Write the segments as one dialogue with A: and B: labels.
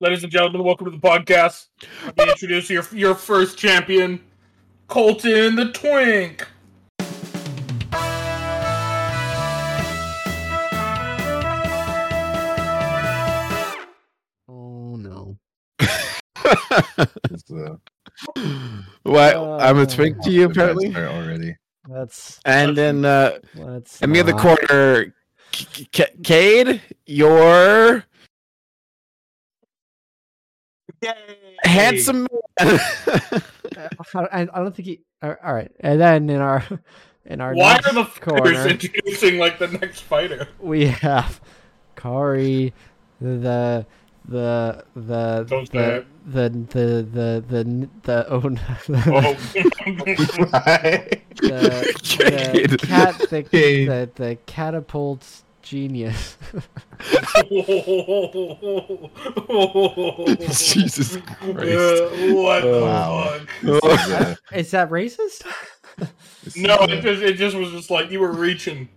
A: Ladies and gentlemen, welcome to the podcast. Let me introduce your your first champion, Colton the Twink.
B: Oh no.
C: It's, uh,
D: Why
B: Uh,
D: I'm a twink to you
C: off to a bad
D: apparently.
C: start already.
B: That's
D: And then uh
B: that's
D: in the other
B: not-
D: corner, C- C- Cade, your handsome man.
B: I, I I don't think he all all right. And then in our in our
A: Why
B: next
A: are the fighters
B: corner,
A: introducing like the next fighter?
B: we have Kari the the the
A: Don't say
B: the,
A: it.
B: the the the the the oh no,
A: Oh,
B: the, the, the
D: Cade.
B: cat the,
C: Cade.
B: the the catapult genius.
D: Jesus Christ.
A: Uh, what
C: Wow.
A: the fuck?
C: This is, uh,
B: Is that racist?
C: this
A: No,
C: is,
A: it
C: uh,
A: just it just was just like you were reaching.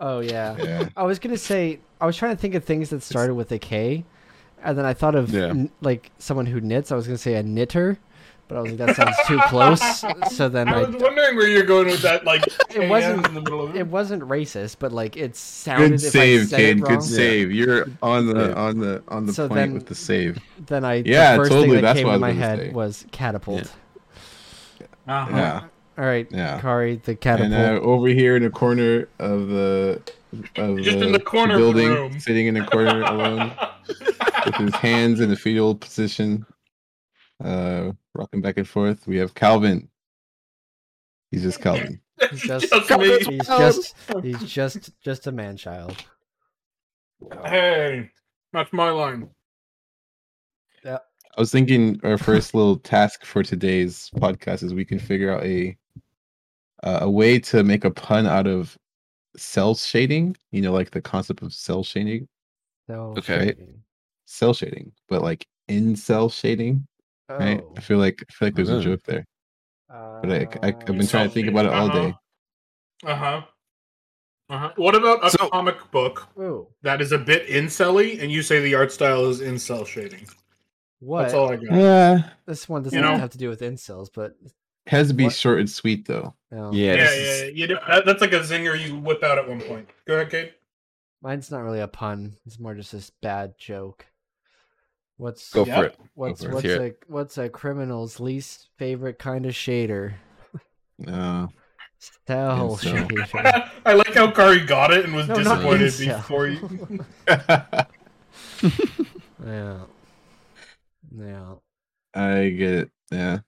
B: Oh yeah.
C: yeah.
B: I was gonna say I was trying to think of things that started with a K, and then I thought of
D: Yeah.
B: n- like someone who knits. I was gonna say a knitter, but I was like that sounds too close. So then
A: I
B: I,
A: was wondering where you're going with that. Like
B: It wasn't-
A: hands in the middle of
B: it wasn't racist, but like it sounded.
C: Good
B: if I
C: save,
B: said it
C: Cade.
B: wrong,
C: Good save. You're on the on the on the
B: So
C: point
B: then-
C: with the save.
B: Then I
C: Yeah,
B: the first
C: totally,
B: thing that
C: that's
B: came
C: what I was
B: to my
C: gonna
B: head
C: say.
B: was catapult.
A: Uh-huh.
C: Yeah.
B: All right,
C: Yeah.
B: Kari, the
C: And
B: catapult.
C: uh, over here in the corner of the of
A: Just in the corner of the
C: building,
A: room.
C: sitting in the corner alone with his hands in the fetal position, uh, rocking back and forth. We have Calvin. He's just Calvin.
B: he's just,
A: Just me.
B: he's just he's just just a man child.
A: Hey, that's my line.
C: I was thinking our first little task for today's podcast is we can figure out a uh, a way to make a pun out of cell shading. You know, like the concept of cell shading,
B: So
D: Okay.
C: cell shading, but like in cell shading.
B: Oh, Mm-hmm.
C: Right? I feel like I feel like there's a
D: Mhm.
C: joke there, but I, I I've
B: uh,
C: been trying to think about it all day.
A: Uh huh. Uh huh. What about a
D: So-
A: comic book
B: Oh,
A: that is a bit incelly, and you say the art style is incel shading?
B: what?
A: That's all I got.
C: Yeah,
B: This one doesn't
A: You know?
B: have to do with incels, but
C: has to be
B: What?
C: short and sweet though.
B: no,
D: Yeah,
A: Yeah,
D: this
A: yeah,
D: is-
A: yeah. You do, that, that's like a zinger you whip out at one point. Go ahead, Kate.
B: mine's not really a pun. It's more just this bad joke. What's
D: Go
A: Yeah.
D: for it.
B: what's
C: for it.
B: what's
D: Hear
B: a what's a criminal's least favorite kind of shader?
C: No,
B: Cell
C: Incel.
B: shader.
A: I like how Kari got it and was
B: No, not
A: disappointed
B: incel.
A: before you.
C: I
B: yeah. Yeah.
C: get it. Yeah,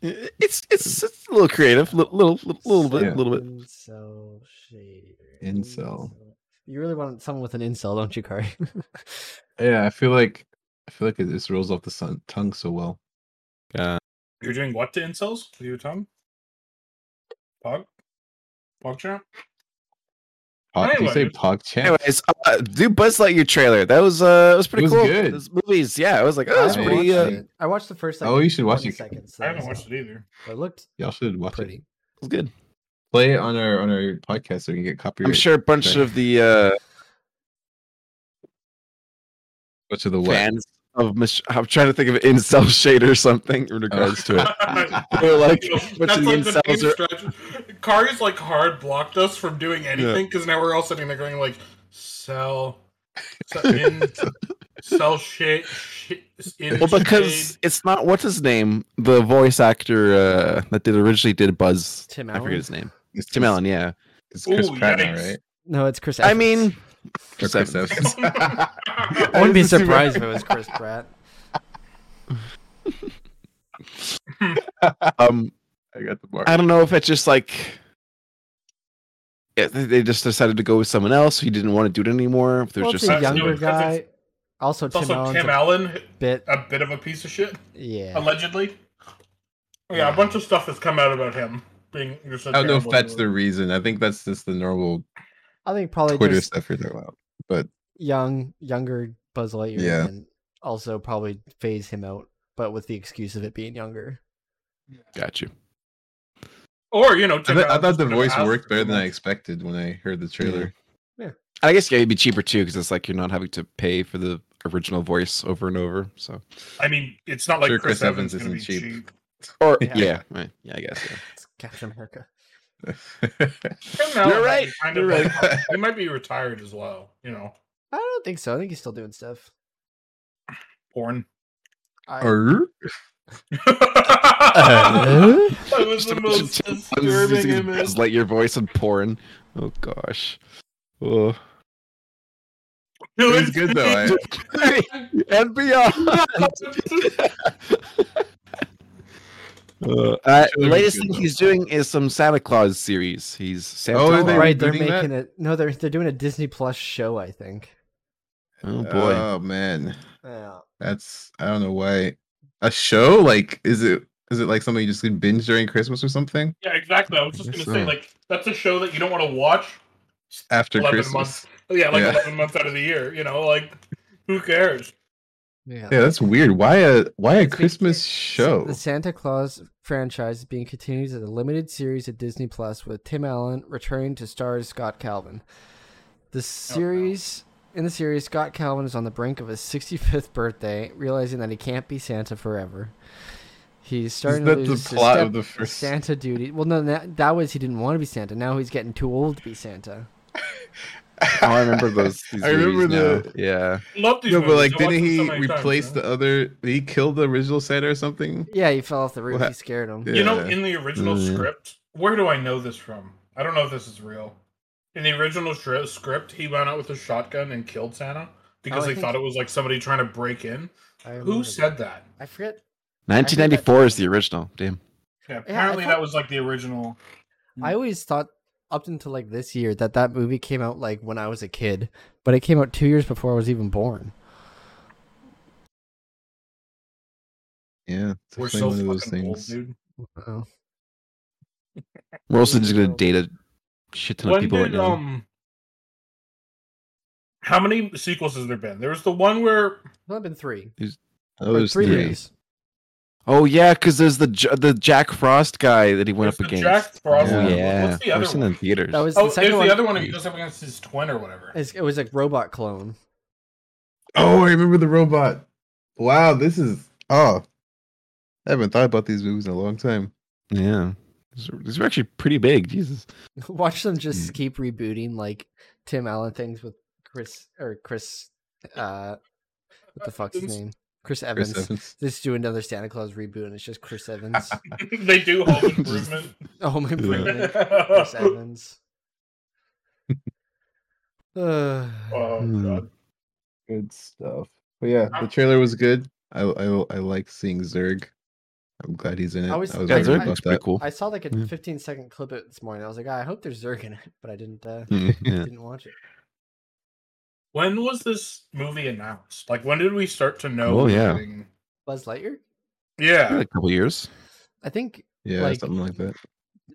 D: It's it's, it's a little creative, little little little bit,
C: Yeah.
D: little bit.
B: Incel shader.
C: Incel.
B: You really want someone with an incel, don't you, Kari?
C: yeah. I feel like I feel like it just rolls off the sun, tongue so well.
D: Uh,
A: You're doing what to incels with your tongue? Pog? Pog champ?
C: Po- did you say
A: Anyways.
C: pog champ?
D: anyways, uh, do Buzz Lightyear trailer. That was uh, it was pretty
C: It was
D: cool.
C: good.
D: Those movies, yeah, I was like, oh, that's
B: I
C: Yeah.
D: pretty.
B: watched
D: Uh,
B: it. I watched the first. Like,
C: Oh, you should watch
B: 20
C: it.
B: seconds, so
A: I haven't
B: it's
A: watched it either.
B: not- It looked
C: Y'all should watch
B: pretty.
C: it.
D: it was good.
C: Play it on our on our podcast so we can get copyright.
D: I'm sure a bunch
C: Okay.
D: of the uh,
C: Much of the what?
D: fans of Mich- I'm trying to think of incel shade or something in regards to it. They're like, bunch
A: That's
D: of
A: like the
D: incels
A: main
D: are
A: stretch. Kari's like hard blocked us from doing anything because now we're all sitting there going like, sell, sell, in, sell shit, shit in
D: well because it's not what's his name the voice actor uh that did originally did buzz
B: Tim
D: i
B: Allen?
D: forget his name
C: It's
D: tim allen yeah
C: It's Chris
A: Ooh,
C: Pratt, now,
A: yikes.
C: right?
B: No, it's Chris.
D: i
B: Evans.
D: mean
C: Or Chris
D: Seven.
C: Evans.
A: shade.
B: I wouldn't be
D: This is-
B: surprised if it was Chris Pratt.
D: um
C: I got the bar.
D: i don't know if it's just like yeah, they- they just decided to go with someone else who didn't want to do it anymore if they're
B: Well,
D: just
B: it's a
D: like,
A: young-
B: younger
A: Absolutely, 'cause
B: guy.
A: it's-
B: Also, Tim
A: also,
B: Allen's
A: Tim
B: a
A: Allen, Um,
B: bit.
A: a bit of a piece of shit,
B: Yeah.
A: allegedly. Yeah, a bunch of stuff has come out about him being. Just a
C: I don't know if
A: terrible
C: that's the
A: dude.
C: reason. I think that's just the normal
B: I think probably
C: Twitter
B: just
C: stuff you're allowed.
B: young, younger Buzz Lightyear.
C: Yeah.
B: And also probably phase him out, but with the excuse of it being younger.
D: got you
A: Or you know,
C: I,
A: Tim
C: th- I
A: Allen
C: thought
A: just
C: the
A: could've
C: voice
A: asked
C: worked
A: for
C: better than
A: more.
C: I expected when I heard the trailer.
D: i guess yeah, it'd be cheaper too because it's like you're not having to pay for the original voice over and over. So,
A: I mean, it's not like
C: Sure,
A: Chris,
C: Chris
A: Evans,
C: Evans
A: is going to
C: isn't
A: be cheap.
C: cheap.
D: or
B: Yeah.
D: yeah, yeah, right. Yeah, I guess.
B: It's Captain America.
A: Tim Allen
D: You're right,
A: is kind
D: you're
A: of like- he might be retired as well. You know,
B: I don't think so. I think he's still doing stuff.
A: porn.
B: I,
C: Arr.
A: that
B: Huh?
A: was
D: Just
A: the
D: imagine
A: most
D: Tim Allen's
A: disturbing
D: using
A: image.
D: his Buzz Lightyear voice and porn. Oh gosh. Oh.
C: It was good though. I,
D: and beyond. Uh, uh, the
C: Really
D: latest
C: good
D: thing
C: though.
D: he's doing is some Santa Claus series. He's Santa.
C: Oh, are
D: Claus.
C: they
B: right, they're
C: rebooting that?
B: making it. No, they're they're doing a Disney Plus show. I think.
D: Oh boy.
A: Uh,
C: oh man,
B: Yeah.
C: that's I don't know why. A show like is it is it like something you just can binge during Christmas or something
A: Yeah, exactly. I was just
D: Guess
A: gonna say,
D: so.
A: like, that's a show that you don't want to watch.
C: after
A: 11
C: Christmas?
A: months. Yeah, like
C: Yeah.
A: eleven months out of the year. You know, like, who cares?
B: Yeah.
C: Yeah, that's weird. Why a why a
B: It's because
C: Christmas
B: Sa-
C: show?
B: The Santa Claus franchise is being continued as a limited series at Disney Plus with Tim Allen returning to star as Scott Calvin.
A: Oh,
B: The series in the series, Scott Calvin is on the brink of his 65th birthday, realizing that he can't be Santa forever. He's starting
C: that
B: to
C: the
B: lose his
C: plot of
B: step-
C: the first-
B: Santa duty. Well, no, that, that was he didn't want to be Santa. Now he's getting too old to be Santa.
D: Oh, I remember those. These
C: I remember
D: movies
C: the-
D: now. Yeah.
A: Love these.
C: No, but
A: movies.
C: like,
A: I watched
C: didn't
A: them so
C: he
A: many times,
C: replace
A: you know?
C: the other? He killed the original Santa or something.
B: Yeah, he fell off the roof.
C: Well,
B: He scared him.
C: yeah.
A: You know, in the original
D: Mm.
A: script, where do I know this from? I don't know if this is real. In the original stri- script, he went out with a shotgun and killed Santa because
B: I
A: they
B: think-
A: thought it was like somebody trying to break in.
B: I remember
A: Who
B: that.
A: said that?
B: I forget.
D: 1994 is the original. Damn.
A: Yeah, apparently
B: thought-
A: that was like the original.
B: I always thought up until like this year that that movie came out like when I was a kid, but it came out two years before I was even born.
C: Yeah, it's
A: We're
C: definitely
A: so
C: one of
A: fucking
C: those
A: old,
C: things.
A: dude.
B: Oh.
D: We're also just gonna date a shit ton of
A: When
D: people right
A: did
D: now.
A: um? How many sequels has there been? There was the one where
B: Well, it's been three.
C: Oh,
B: Or
C: there's
B: three
C: three.
B: movies.
D: Oh yeah, because there's the J- the Jack Frost guy that he
A: There's
D: went up
A: the
D: against.
A: Jack Frost
D: Yeah,
A: one.
D: yeah.
A: What's the other
D: I've seen
A: one?
D: it in theaters.
B: That was
A: oh,
B: the
A: there's
B: second one.
A: the other one who goes up against his twin or whatever.
B: is- It was like robot clone.
C: Oh, I remember the robot. Wow, this is oh. I haven't thought about these movies in a long time.
D: yeah. These are- These are actually pretty big. Jesus.
B: Watch them just keep rebooting like Tim Allen things with Chris or Chris. uh What the fuck's his
A: Evans.
B: name? Chris
C: Chris
B: Evans.
C: Evans.
B: Just do another Santa Claus reboot, and it's just Chris Evans.
A: they do Home
D: Just-
A: Improvement.
B: oh my god. Chris
A: oh
B: Evans.
A: Oh,
B: Uh,
D: Hmm.
A: god.
C: Good stuff. But yeah,
A: I'm-
C: the trailer was good. I I, I like seeing Zerg. I'm glad he's in it.
B: I
C: I
B: was-
C: was,
B: Yeah,
D: Yeah,
C: worried
B: Like,
D: they're
B: I-
C: about
D: looks
C: that.
D: pretty cool.
B: I saw like a
D: Yeah.
B: 15 second clip of it this morning. I was like, "Ah, I hope there's Zerg in it, but I didn't uh,
D: Mm, yeah.
B: didn't watch it.
A: When was this movie announced? Like, when did we start to know?
D: Oh,
A: we were
D: yeah.
A: getting-
B: Buzz Lightyear.
A: Yeah.
D: a couple years.
B: I think
C: Yeah,
B: like-
C: something like that.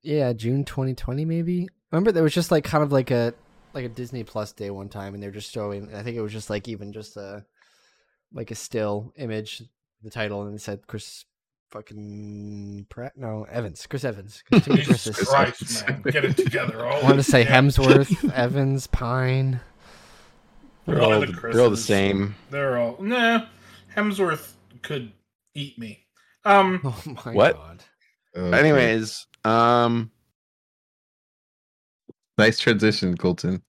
B: yeah, June 2020 maybe. Remember there was just like kind of like a like a Disney Plus day one time, and they're just showing. I think it was just like even just a like a still image, the title, and it said Chris fucking Pratt. No, Evans. Chris Evans. 'cause too many
A: Jesus
B: Chris's.
A: Christ, man. Get it together.
B: I
A: All
B: wanted to say
A: Yeah.
B: Hemsworth, Evans, Pine.
D: They're
A: One
D: all,
A: of
D: the,
A: the
D: they're all the
A: Chris's.
D: same.
A: They're all. Nah. Hemsworth could eat me. Um.
B: Oh my
D: What?
B: god.
C: Oh, Okay.
D: Anyways, um,
C: nice transition, Colton.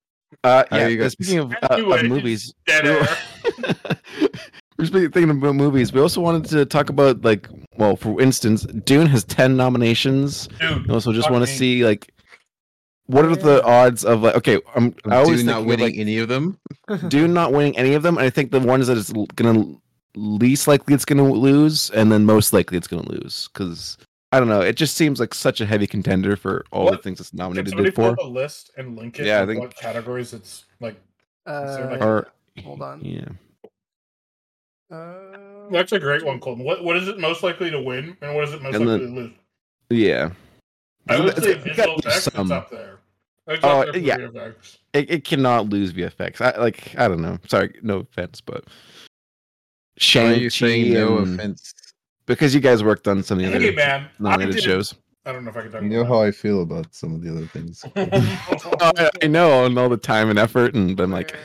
D: uh,
C: How
D: yeah.
C: you guys-
D: Speaking of, uh, of
A: Anyways.
D: movies,
A: Dead
D: we were-
A: air.
D: We're speaking- thinking about movies. We also wanted to talk about like, well, for instance, Dune has ten nominations.
A: Dude.
D: We also just
A: Fuck
D: want to
A: me.
D: see like, what are the odds of like? Okay, I'm I
C: I
D: always
C: do not
D: thinking of,
C: winning any of them.
D: like, Dune not winning any of them. And I think the ones that it's l- gonna least likely it's gonna lose, and then most likely it's gonna lose because. I don't know. It just seems like such a heavy contender for all the
A: What?
D: things it's
A: Can
D: nominated
A: somebody
D: for.
A: pull up a list and link it?
D: Yeah, I
A: with
D: think-
A: What categories it's like? there,
B: Uh,
A: like,
D: Or
B: Hold on.
D: Yeah.
B: uh,
A: That's a great one, Colton. What what is it most likely to win, and what is it most
D: And
A: likely
D: then-
A: to lose?
D: Yeah.
A: I would
D: It's-
A: say
D: it's got
A: visual
D: to be
A: effects is
D: some.
A: up there. It's
D: Oh,
A: up there for
D: yeah.
A: visual effects.
D: It, it cannot lose VFX. I like I don't know. Sorry, no offense, but
C: Why
D: Shang
C: are you saying no
D: and-
C: offense?
D: Because you guys worked on some of the
A: Hey
D: other
A: man, I,
D: nominated
A: did-
D: shows.
A: I don't know if I can talk.
C: You know how
A: about
C: I feel about some of the other things.
A: that.
D: Uh, I, I know and all the time and effort and but I'm like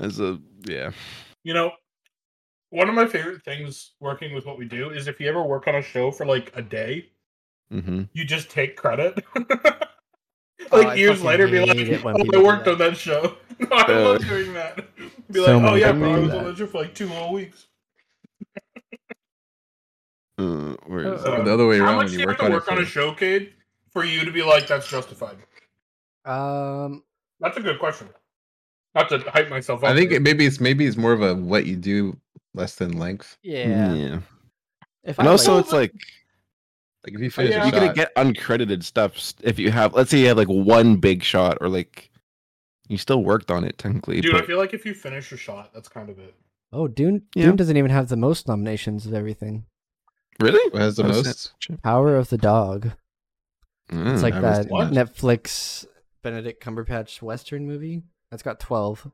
D: as a yeah.
A: You know, one of my favorite things working with what we do is if you ever work on a show for like a day,
D: hmm
A: you just take credit.
B: Oh,
A: like
B: I
A: years
B: fucking
A: later, be like,
B: hate it when
A: "Oh,
B: people
A: I
B: do
A: worked
B: that."
A: on that show." I
D: Dude.
A: love doing that. Be
B: So
A: like, "Oh
B: many
A: yeah,
B: people
A: bro, I
B: do
A: was on
B: that.
A: that show for like two whole weeks."
D: Uh, where is
B: Uh,
A: Oh,
D: it?
C: Or the other way
A: How
C: around
A: much
C: when
A: do
C: you
A: you have
C: work
A: to
C: on
A: work on a
C: it.
A: show, Cade, for you to be like, "That's justified"?
B: Um,
A: That's a good question. Not to hype myself up.
C: I think
A: here.
C: it, maybe it's maybe it's more of a what you do less than length.
B: yeah. If
D: Mm-hmm. And
B: I
D: also,
B: like-
D: it's like
C: Like if you finish
A: Oh, yeah.
C: a
D: you're gonna
C: shot,
D: get uncredited stuff s- if you have. Let's say you have like one big shot, or like you still worked on it technically.
A: dude, I
D: but-
A: feel like if you finish a shot, that's kind of it.
B: oh, Dune.
D: Yeah.
B: Dune doesn't even have the most nominations of everything.
D: really,
C: what has the
D: Oh,
C: most.
D: snap.
B: Power of the Dog. It's
D: Mm,
B: like
C: I was
B: that
C: thinking
B: Netflix Benedict Cumberbatch Western movie. That's got twelve.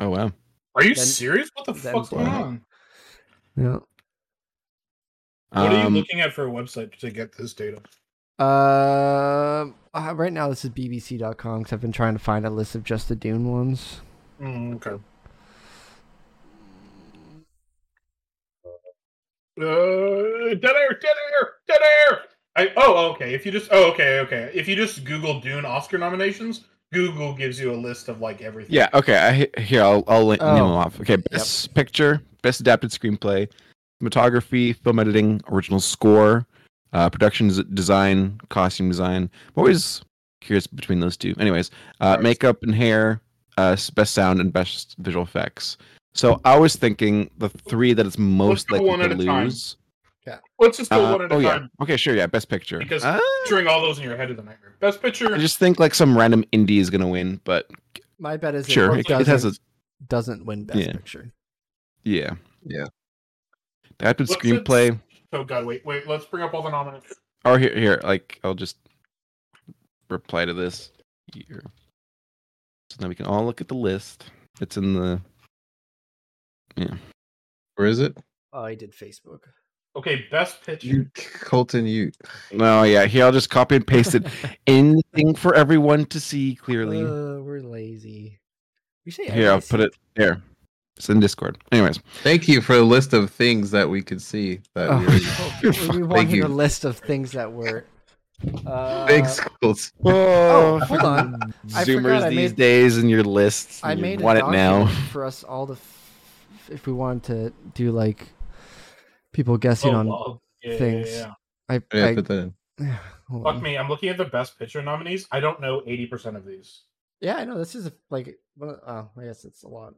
D: oh wow.
A: Are you
B: Then-
A: serious? What the
B: then
A: fuck's going
C: wow.
A: on?
B: Yeah.
A: What are you
D: Um,
A: looking at for a website to get this data?
B: Um, Uh, right now this is BBC.com because I've been trying to find a list of just the Dune ones.
A: Mm, okay. Uh, dead air, dead air, dead air. I oh okay. If you just oh okay okay. If you just Google Dune Oscar nominations, Google gives you a list of like everything.
D: Yeah. Okay. I he- here I'll I'll link name them
B: Oh.
D: off. Okay. Best picture, best adapted screenplay, cinematography, film editing, original score, uh, production z- design, costume design. I'm always curious between those two. Anyways, uh,
A: Right.
D: makeup and hair, uh, s- best sound and best visual effects. So I was thinking the three that it's most
A: go
D: likely
A: one
D: to
A: at a time.
D: lose.
A: Let's just go
D: Uh,
A: one at a
D: oh yeah.
A: time.
D: Okay. Sure. Yeah. Best picture.
A: Because
D: Ah,
A: Picturing all those in your head is a nightmare. Best picture.
D: I just think like some random indie is gonna win, but
B: My bet is
D: sure,
B: it,
D: it, it has
B: doesn't,
D: a
B: doesn't win Best
D: Yeah.
B: Picture.
D: yeah.
C: Yeah.
D: Adapted
A: What's its-
D: screenplay.
A: Oh god, wait, wait. Let's bring up all the nominations.
D: Or here, here, like I'll just reply to this here. So now we can all look at the list. It's in the
C: Where is it?
B: Oh, I did Facebook.
A: Okay, best picture.
C: You, Colton, you.
D: no, yeah. Here, I'll just copy and paste it in thing for everyone to see clearly.
B: Uh, we're lazy. We say E
D: here, I'll put it there. It's in Discord. Anyways,
C: Thank you for a list of things that we could see. That
B: Oh.
C: we already-
B: we, we
C: Oh. Thank
B: wanted
C: you.
B: a list of things that were. Uh,
C: Thanks, Colton.
B: Oh, hold on. I forgot
D: Zoomers
B: I
D: these
B: made-
D: days and your lists.
B: I
D: you
B: made
D: want
B: a
D: it now.
B: document for us all to, f- if we wanted to do like people guessing
A: Oh,
B: on.
A: wow. Yeah, yeah,
B: things.
A: yeah.
B: I,
C: Yeah,
B: I-
C: put that in.
B: hold
A: Fuck
B: on.
A: me. I'm looking at the best picture nominees. I don't know 80% of these.
B: Yeah, I know this is a, like. Well, oh, I guess it's a lot.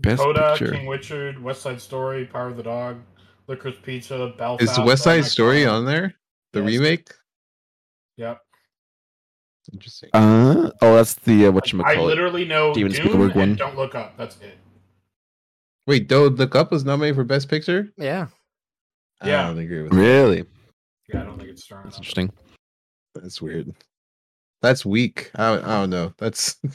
D: Best
A: Coda,
D: picture.
A: King Richard, West Side Story, Power of the Dog, Licorice Pizza, Belfast.
C: Is the West Side
A: Redneck
C: Story
A: Club.
C: on there? The
A: Yes.
C: remake.
A: Yep.
C: Interesting.
D: Uh oh, that's the uh, what
A: I
D: you
A: literally know
D: Steven
A: Dune
D: Spielberg one.
A: and Don't Look Up. That's it.
C: Wait, Dode Look Up was nominated for Best Picture.
B: Yeah.
A: Yeah.
C: I don't agree with that.
D: Really?
A: Yeah, I don't think it's strong
D: That's
A: enough.
D: interesting.
C: That's weird. That's weak. I don't, I don't know. That's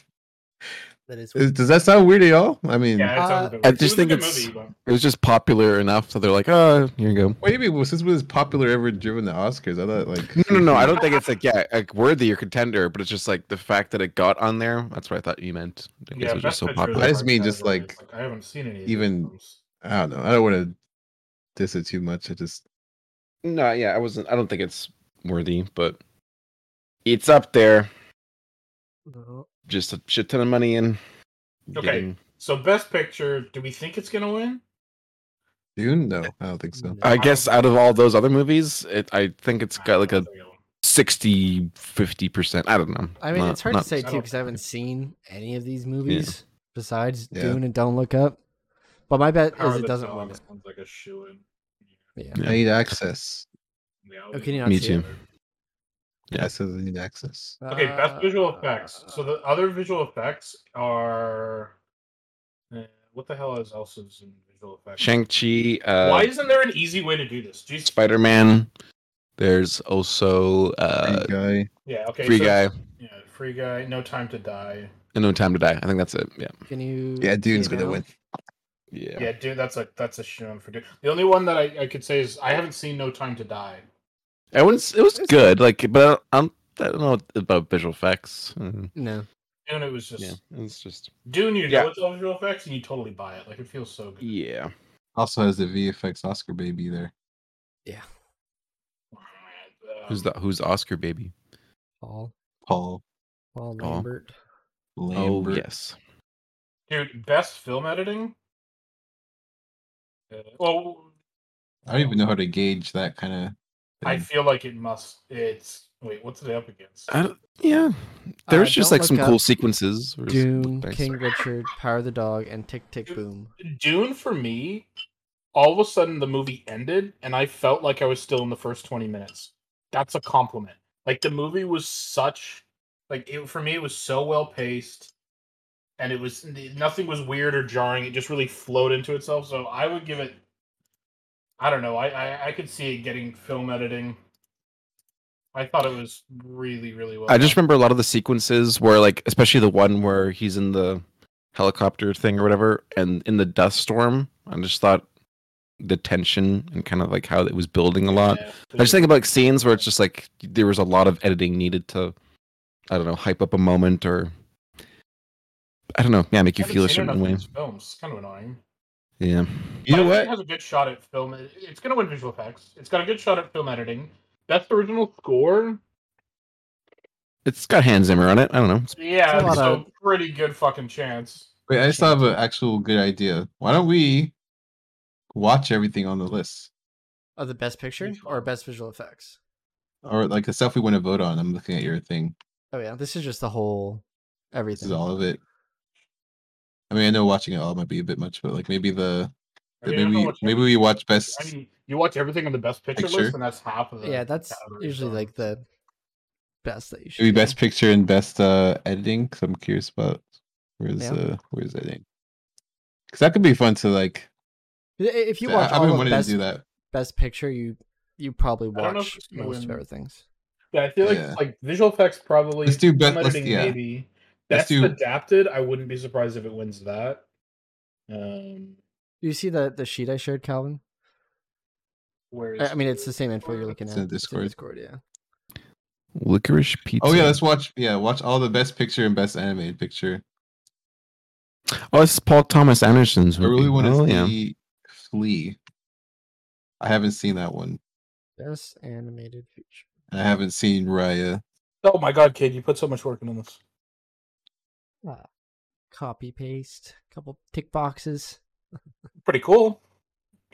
B: That is.
C: is, does that sound weird to y'all? I mean,
A: Yeah, it sounds
B: Uh,
A: a bit
D: I
A: weird. It
D: just
A: was a
D: think
A: good
D: it's-
A: Movie,
D: It was just popular enough, so they're like, oh, here you go.
C: what do you mean? Since when is popular ever driven the Oscars? I thought like
D: No, no, no. I don't think it's like yeah, like worthy or contender, but it's just like the fact that it got on there. That's what I thought you meant. I
A: but,
D: guess
A: yeah,
D: it was just
A: best
D: so
A: picture is
D: popular.
C: I
A: a
C: just
A: hard
C: mean just
A: category.
C: like
A: It's I haven't seen any. Of
C: even-
A: These films.
C: I don't know. I don't want to diss it too much. I just
D: No, yeah, I wasn't. I don't think it's worthy, but it's up there.
B: No.
D: Just a shit ton of money in.
A: Okay. So best picture. Do we think it's gonna win?
C: Dune? No, I don't think so.
B: No.
D: I guess out of all those other movies, it, I think it's got like a 60, 50 percent. I don't know.
B: I mean,
D: Not-
B: it's hard
D: not-
B: to say too
A: don't-
B: because I haven't seen any of these movies besides
C: Yeah.
B: Dune and Don't Look Up. But my bet
A: Power
B: is
A: of
B: it
A: the
B: doesn't
A: Dog
B: win it.
A: Sounds like a shoo-in.
B: Yeah.
D: Yeah.
C: I need access.
A: Yeah,
B: Oh, can you
A: I'll
B: not
D: Me
B: see
D: too.
B: it?
D: Yeah.
C: I said I need access.
A: Okay, best visual effects.
B: Uh,
A: So the other visual effects are eh, what the hell is else is in visual effects?
D: Shang Chi. Uh,
A: Why isn't there an easy way to do this? Jeez.
D: Spider Man. There's also uh,
C: Free guy.
A: yeah. Okay.
D: Free
A: so-
D: Guy
A: Yeah, free guy. No time to die.
D: and No Time to Die. I think that's it. Yeah.
B: Can you?
C: Yeah, Dune's
B: see it
C: gonna
B: now?
C: win.
D: Yeah.
A: Yeah. dude, that's a that's a shoo-in for dude. The only one that I, I could say is I haven't seen No Time to Die.
D: It was it was good, like, but I don't, I don't know about visual effects. Mm.
B: No.
A: Dune, it was just
D: Yeah, it's just
A: Dune. You
D: Yeah.
A: know it's all visual effects, and you totally buy it. Like it feels so good.
D: yeah.
C: Also has the VFX Oscar baby there.
A: And,
D: Who's
A: um,
D: the who's the Oscar baby?
B: Paul,
C: Paul
B: Paul
D: Paul.
B: Lambert.
D: Oh
C: Lambert.
D: yes,
A: dude? Best film editing. Uh, well,
C: I don't even know how to gauge that kind of.
A: I feel like it must. It's wait, what's it up against?
D: I don't, yeah. There's
B: Uh,
D: just
B: don't
D: like some
B: look
D: cool
B: up
D: sequences. where it's-
B: Dune,
D: look nice.
B: King Richard, Power of the Dog, and Tick Tick Boom.
A: Dune for me, all of a sudden the movie ended, and I felt like I was still in the first twenty minutes. That's a compliment. Like the movie was such, like it for me, it was so well paced, and it was nothing was weird or jarring. It just really flowed into itself. So I would give it. I don't know. I I, I could see it getting film editing. I thought it was really really well.
D: I just
A: done.
D: remember a lot of the sequences where, like, especially the one where he's in the helicopter thing or whatever, and in the dust storm. I just thought the tension and kind of like how it was building a lot.
A: Yeah,
D: I just think about like, scenes where it's just like there was a lot of editing needed to, I don't know, hype up a moment or, I don't know, yeah, make you
A: haven't
D: feel a
A: seen enough
D: certain
A: of
D: way.
A: these Films, it's kind of annoying.
D: Yeah,
A: But I
C: You know
A: think
C: what?
A: It has a good shot at film. it- It's going to win visual effects. It's got a good shot at film editing. Best original score.
D: it's got Hans Zimmer on it. I don't know. It's-
A: Yeah,
B: It's a lot
A: so
B: of-
A: pretty good fucking chance.
C: Wait, I still have an actual good idea. Why don't we watch everything on the list,
B: Of Oh, the best picture
A: Which
B: or
A: one?
B: best visual effects?
C: or like the stuff we want to vote on? I'm looking at your thing.
B: Oh yeah, this is just the whole
C: This
B: everything.
C: is all of it. I mean, I know watching it all might be a bit much, but like maybe the,
A: I
C: the
A: mean, I don't know
C: maybe
A: what you-
C: maybe we watch best.
A: I mean, you watch everything on the best picture,
C: Picture.
A: list, and that's half of it.
B: yeah, that's usually like the best that you should.
C: Maybe
B: do.
C: best picture and best uh editing. Cause I'm curious about where's
B: Yeah.
C: uh where's editing. Cause that could be fun to like.
B: I- If you
C: I-
B: watch
C: I've been
B: all of
C: wanting
B: best
C: to do that.
B: best picture, you you probably
A: I don't know if
B: watch
A: it's gonna
B: most of
A: win.
B: everything.
A: Yeah, I feel like
C: Yeah.
A: like visual effects probably.
C: Let's do be-
A: film
C: let's-
A: editing
C: yeah.
A: maybe.
C: Let's
A: Best
C: do-
A: adapted. I wouldn't be surprised if it wins that. Um,
B: Do you see the the sheet I shared, Calvin?
A: where
B: I
A: is
B: I mean, it's the same info you're looking
C: It's
B: at.
C: in
B: in
C: Discord.
B: Discord, yeah.
D: Licorice pizza.
C: Oh yeah, let's watch. Yeah, watch all the best picture and best animated picture.
D: Oh, it's Paul Thomas Anderson's
C: I
D: movie.
C: really want to
D: oh, yeah.
C: see Flea. I haven't seen that one,
B: Best animated feature.
C: and I haven't seen Raya.
A: Oh my god, kid! You put so much work into this.
B: Copy paste. Couple tick boxes.
A: pretty cool.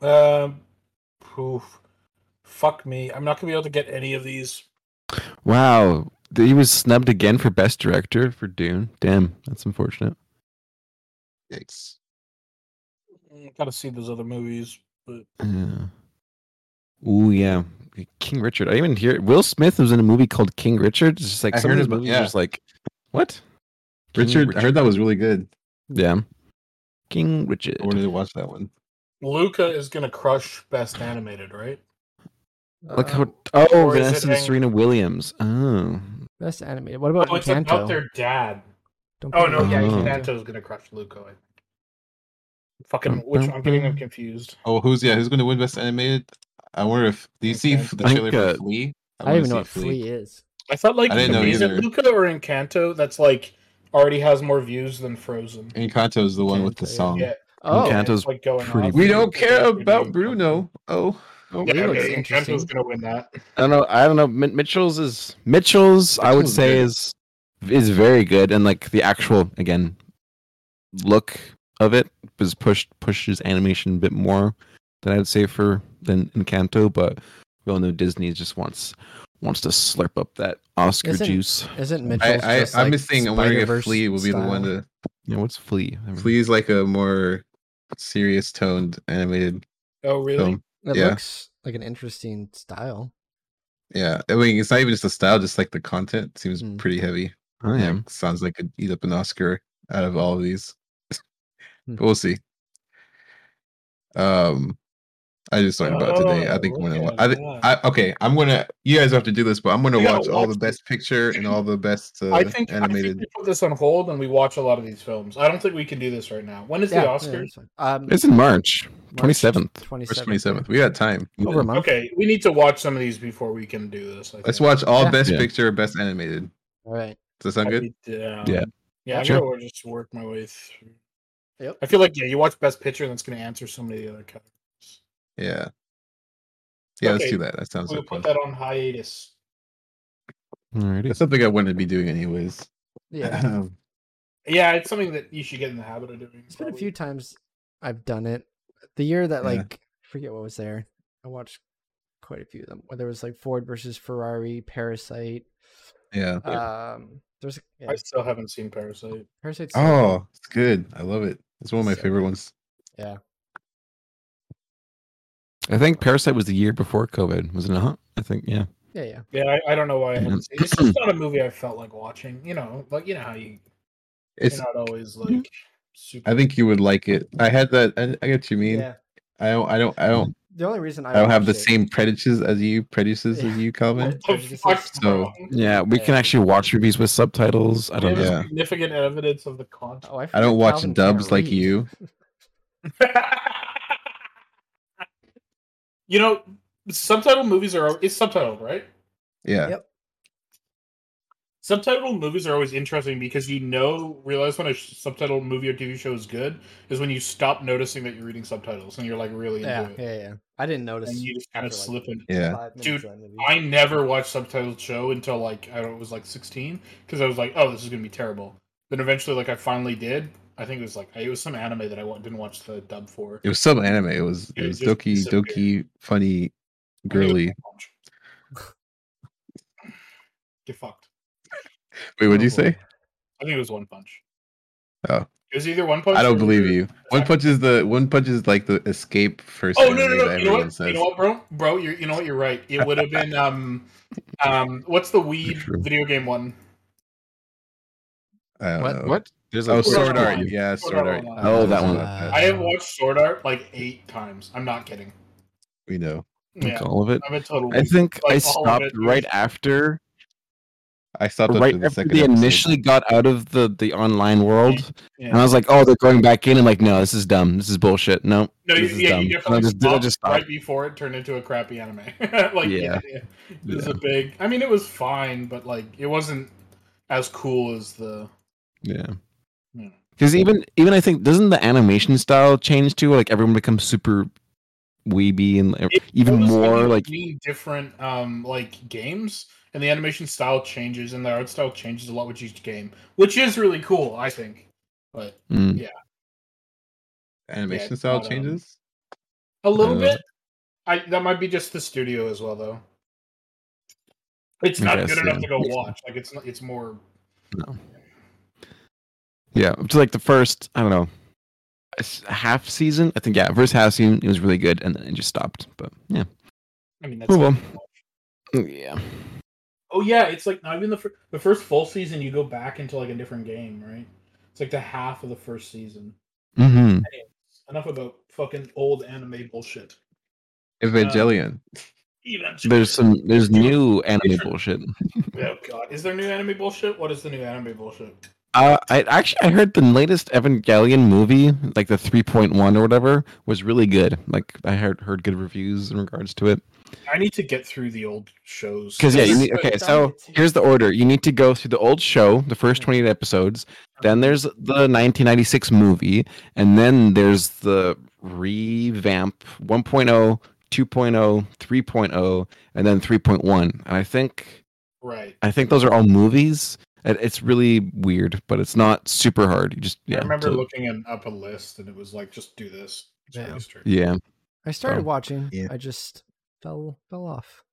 A: Um, oof. fuck me. I'm not gonna be able to get any of these.
D: Wow. th- He was snubbed again for best director for Dune. Damn, that's unfortunate.
C: Yikes!
A: Mm, Gotta see those other movies. But
D: Yeah. Ooh, yeah. King Richard. I didn't even hear Will Smith was in a movie called King Richard. It's just like
C: I
D: some of
C: heard
D: his
C: about-
D: movies
C: yeah.
D: are just like what? King
C: Richard, I heard that was really good.
D: Yeah. King Richard.
C: I wanted to watch that one.
A: Luca is gonna crush Best Animated, right?
D: Look
B: Um,
D: how Oh
A: or is
D: Vanessa
A: it
D: and
A: ang-
D: Serena Williams. Oh.
B: best animated. What about Mm-hmm.
A: oh, it's
B: Encanto?
A: about their dad.
B: Don't
A: Oh
B: forget
A: no, yeah,
D: Oh.
B: Encanto.
A: Encanto's gonna crush Luca. I think. Fucking, which I'm getting them confused.
C: Oh, who's yeah? Who's going to win best animated? I wonder if do you see
A: Okay.
C: f- the
D: I think,
C: trailer for
D: uh,
C: Flea?
B: I
C: wanna
B: don't even know
C: see
B: what flea is.
A: I thought like
C: I didn't know
A: is it
C: either.
A: Luca or Encanto that's like already has more views than Frozen.
C: Encanto is the one with the
B: Encanto, yeah.
C: song.
A: Yeah,
B: Oh,
D: Encanto.
A: it's, like going
D: pretty
A: off.
D: We don't
C: Oh,
A: Yeah,
B: Really looks
A: okay, Encanto's
B: interesting.
A: gonna win that.
D: I don't know. I don't know. Mi- Mitchell's is Mitchell's. I would
C: Mitchell's
D: say
C: good.
D: is is very good, and like the actual again look of it was pushed pushes animation a bit more than I would say for than Encanto. But we all know Disney just wants wants to slurp up that Oscar
B: Isn't-
D: juice.
B: Isn't Mitchell?
C: I, I,
B: just
C: I'm
B: like
C: just saying. I'm wondering if
B: Spider-Verse
C: Flea will be the one
B: style?
C: to.
D: Yeah, what's Flea? I mean,
A: Mm-hmm.
C: Flea's like a more serious toned animated
A: Oh really?
C: film.
B: That
C: yeah.
B: looks like an interesting style.
C: Yeah, I mean, it's not even just the style, just like the content seems
B: Mm.
C: pretty heavy.
A: Oh,
D: I
C: Yeah,
D: am.
C: sounds like it'd eat up an Oscar out of all of these.
B: Hmm.
C: but we'll see. Um, I just learned about it today. I think I'm
A: Oh,
C: gonna. wa-
A: look
C: I
A: at
C: think I okay. I'm gonna. You guys have to do this, but I'm gonna
A: You gotta
C: watch all
A: watch
C: the best picture and all the best uh,
A: I think I
C: animated.
A: think we put this on hold and we watch a lot of these films. I don't think we can do this right now. When is
B: Yeah,
A: the
B: yeah,
A: Oscars?
B: that's fine. Um,
D: It's in March twenty seventh.
B: twenty
C: March
B: seventh.
C: 27th. We got time.
B: Over a month.
A: okay, we need to watch some of these before we can do this. I
C: Let's
A: think.
C: watch all
B: Yeah.
C: best
D: Yeah.
C: picture, best animated.
B: All right.
C: Does that sound
A: I'd
C: good?
A: be down.
D: Yeah.
A: Yeah,
D: Sure.
A: I'm gonna just work my way through.
B: Yep.
A: I feel like yeah, you watch Best Picture, and that's gonna answer so many of the other categories.
C: Yeah. Yeah, let's
A: Okay,
C: do that. That sounds
A: We'll
C: like fun.
A: put that on hiatus.
D: Alrighty.
C: That's something I wanted to be doing anyways. Um,
B: Yeah.
A: Yeah, it's something that you should get in the habit of doing.
B: It's been a
A: probably.
B: few times I've done it. The year that
C: Yeah.
B: like I forget what was there. I watched quite a few of them. Where there was like Ford versus Ferrari, Parasite.
C: yeah.
B: Um there's yeah,
A: I still haven't seen Parasite.
B: Parasite's
C: Oh, it's good. I love it. It's one of my
B: So
C: favorite ones.
D: I think Parasite was the year before COVID, was it not? I think, yeah.
B: yeah, yeah.
A: Yeah, I, I don't know why I haven't seen. It's just
C: Mm-hmm.
A: not a movie I felt like watching. You know, like you know how you
C: It's. Mm-hmm.
A: you're not always like super.
C: I think you would like it. I had that. I, I get what you mean.
B: yeah.
C: I don't. I don't. I don't.
B: The only reason I
C: I don't have the
B: watched it-
C: same prejudices as you. Prejudices
B: Yeah.
C: as you,
A: What
C: Calvin.
A: the
B: Prejudices.
A: fuck,
C: So-
A: bro?
D: Yeah, we can actually watch movies with subtitles. I don't
A: Give
D: know.
C: Yeah.
A: significant evidence of the content.
B: Oh, I,
C: I
B: forget
C: don't watch
B: Calvin can't
C: dubs like
B: read.
C: you.
A: you know, subtitle movies are al- it's subtitled, right?
C: Yeah.
B: Yep.
A: Subtitled movies are always interesting because you know, realize when a sh- subtitled movie or TV show is good is when you stop noticing that you're reading subtitles and you're like really into
B: Yeah,
A: it,
B: yeah, yeah. I didn't notice.
A: and you just kind of
B: after, like,
A: slip in.
C: Yeah.
B: five minutes
A: Dude,
B: of that movie.
A: I never watched subtitled show until like I was like 16 because I was like, oh, this is gonna be terrible. Then eventually, like I finally did. I think it was like it was some anime that I wa- didn't watch the dub for.
C: It was some anime. It was. It
A: It
C: was
A: just
C: Doki
A: disappeared.
C: Doki funny,
A: I think it was
C: girly.
A: Punch. Get fucked.
C: Wait, what'd you
B: Oh, boy.
C: say?
A: I think it was One Punch.
C: Oh.
A: It was either One Punch.
C: I don't
A: or-
C: believe you. One punch is the one punch is like the escape first.
A: Oh no
C: anime
A: no no!
C: that
A: You know what? You
C: everyone
A: know what, bro? Bro, you you know what? You're right. It would have been um um what's the weed
D: True.
A: video game one?
C: I don't
D: What?
C: know.
D: What? There's
C: Oh,
D: a
A: Sword
C: sword
A: Art
C: art.
A: Online.
C: Yeah,
A: Sword
C: sword
A: Art
C: art.
A: Online.
D: Oh, that one.
B: Uh,
A: I have watched Sword Art like eight times. I'm not kidding.
C: We know.
A: Yeah,
D: all of it.
A: I'm a total.
D: I
A: weeb.
D: think
A: Like,
D: I
A: all of
D: stopped
A: it.
D: right after
C: I stopped
D: right
C: after the
D: after
C: second.
D: they
C: episode.
D: initially got out of the the online world,
A: Yeah.
D: and I was like, "Oh, they're going back in." I'm like, "No, this is dumb. This is bullshit. No,
A: No, you,
D: this is
A: yeah,
D: dumb."
A: you
D: And I
A: definitely
D: just, I
A: stopped
D: just stopped.
A: right before it turned into a crappy anime. like, yeah,
D: Yeah.
A: yeah. it was
D: Yeah.
A: a big. I mean, it was fine, but like, it wasn't as cool as the.
D: Yeah,
A: Yeah.
D: because even even I think doesn't the animation style change too? Like everyone becomes super weeby and ev-
A: It
D: even
A: Notice when
D: more
A: you
D: like
A: read different um like games, and the animation style changes, and the art style changes a lot with each game, which is really cool, I think. But
D: mm,
C: animation
A: Yeah, it's
C: style
A: not, um,
C: changes.
A: A little
D: Uh,
A: bit. I that might be just the studio as well, though. It's
D: I
A: not
D: guess,
A: good enough to
D: yeah.
A: go
D: Makes
A: watch. Like it's not, it's more.
D: yeah, up to like the first I don't know s- half season. I think yeah, first half season it was really good, and then it just stopped. But yeah,
A: I mean, that's.
D: oh well, yeah,
A: Oh yeah, it's like not even the fir- the first full season. You go back into like a different game, right? It's like the half of the first season.
D: mm-hmm.
A: Enough about fucking old anime bullshit.
C: Evangelion.
A: Eventually.
D: Uh, There's some there's
A: Yeah.
D: new anime
A: Different.
D: bullshit.
A: Oh god, is there new anime bullshit? What is the new anime bullshit?
D: Uh, I actually I heard the latest Evangelion movie, like the 3.1 or whatever, was really good. Like I heard heard good reviews in regards to it.
A: I need to get through the old shows.
D: Because yeah, you
B: Yes,
D: need,
B: but
D: okay.
B: that
D: So
B: gets you-
D: here's the order: you need to go through the old show, the first 28 episodes. Then there's the 1996 movie, and then there's the revamp oh, 1.0, 2.0, 3.0, oh, and then 3.1. And I think
A: right.
D: I think those are all movies. It- It's really weird, but it's not super hard. You just yeah.
A: I remember
D: so-
A: looking in, up a list, and it was like, just do this. It's
B: Yeah.
A: really strict.
D: yeah.
B: I started
D: Oh,
B: watching.
C: yeah.
B: I just fell fell off.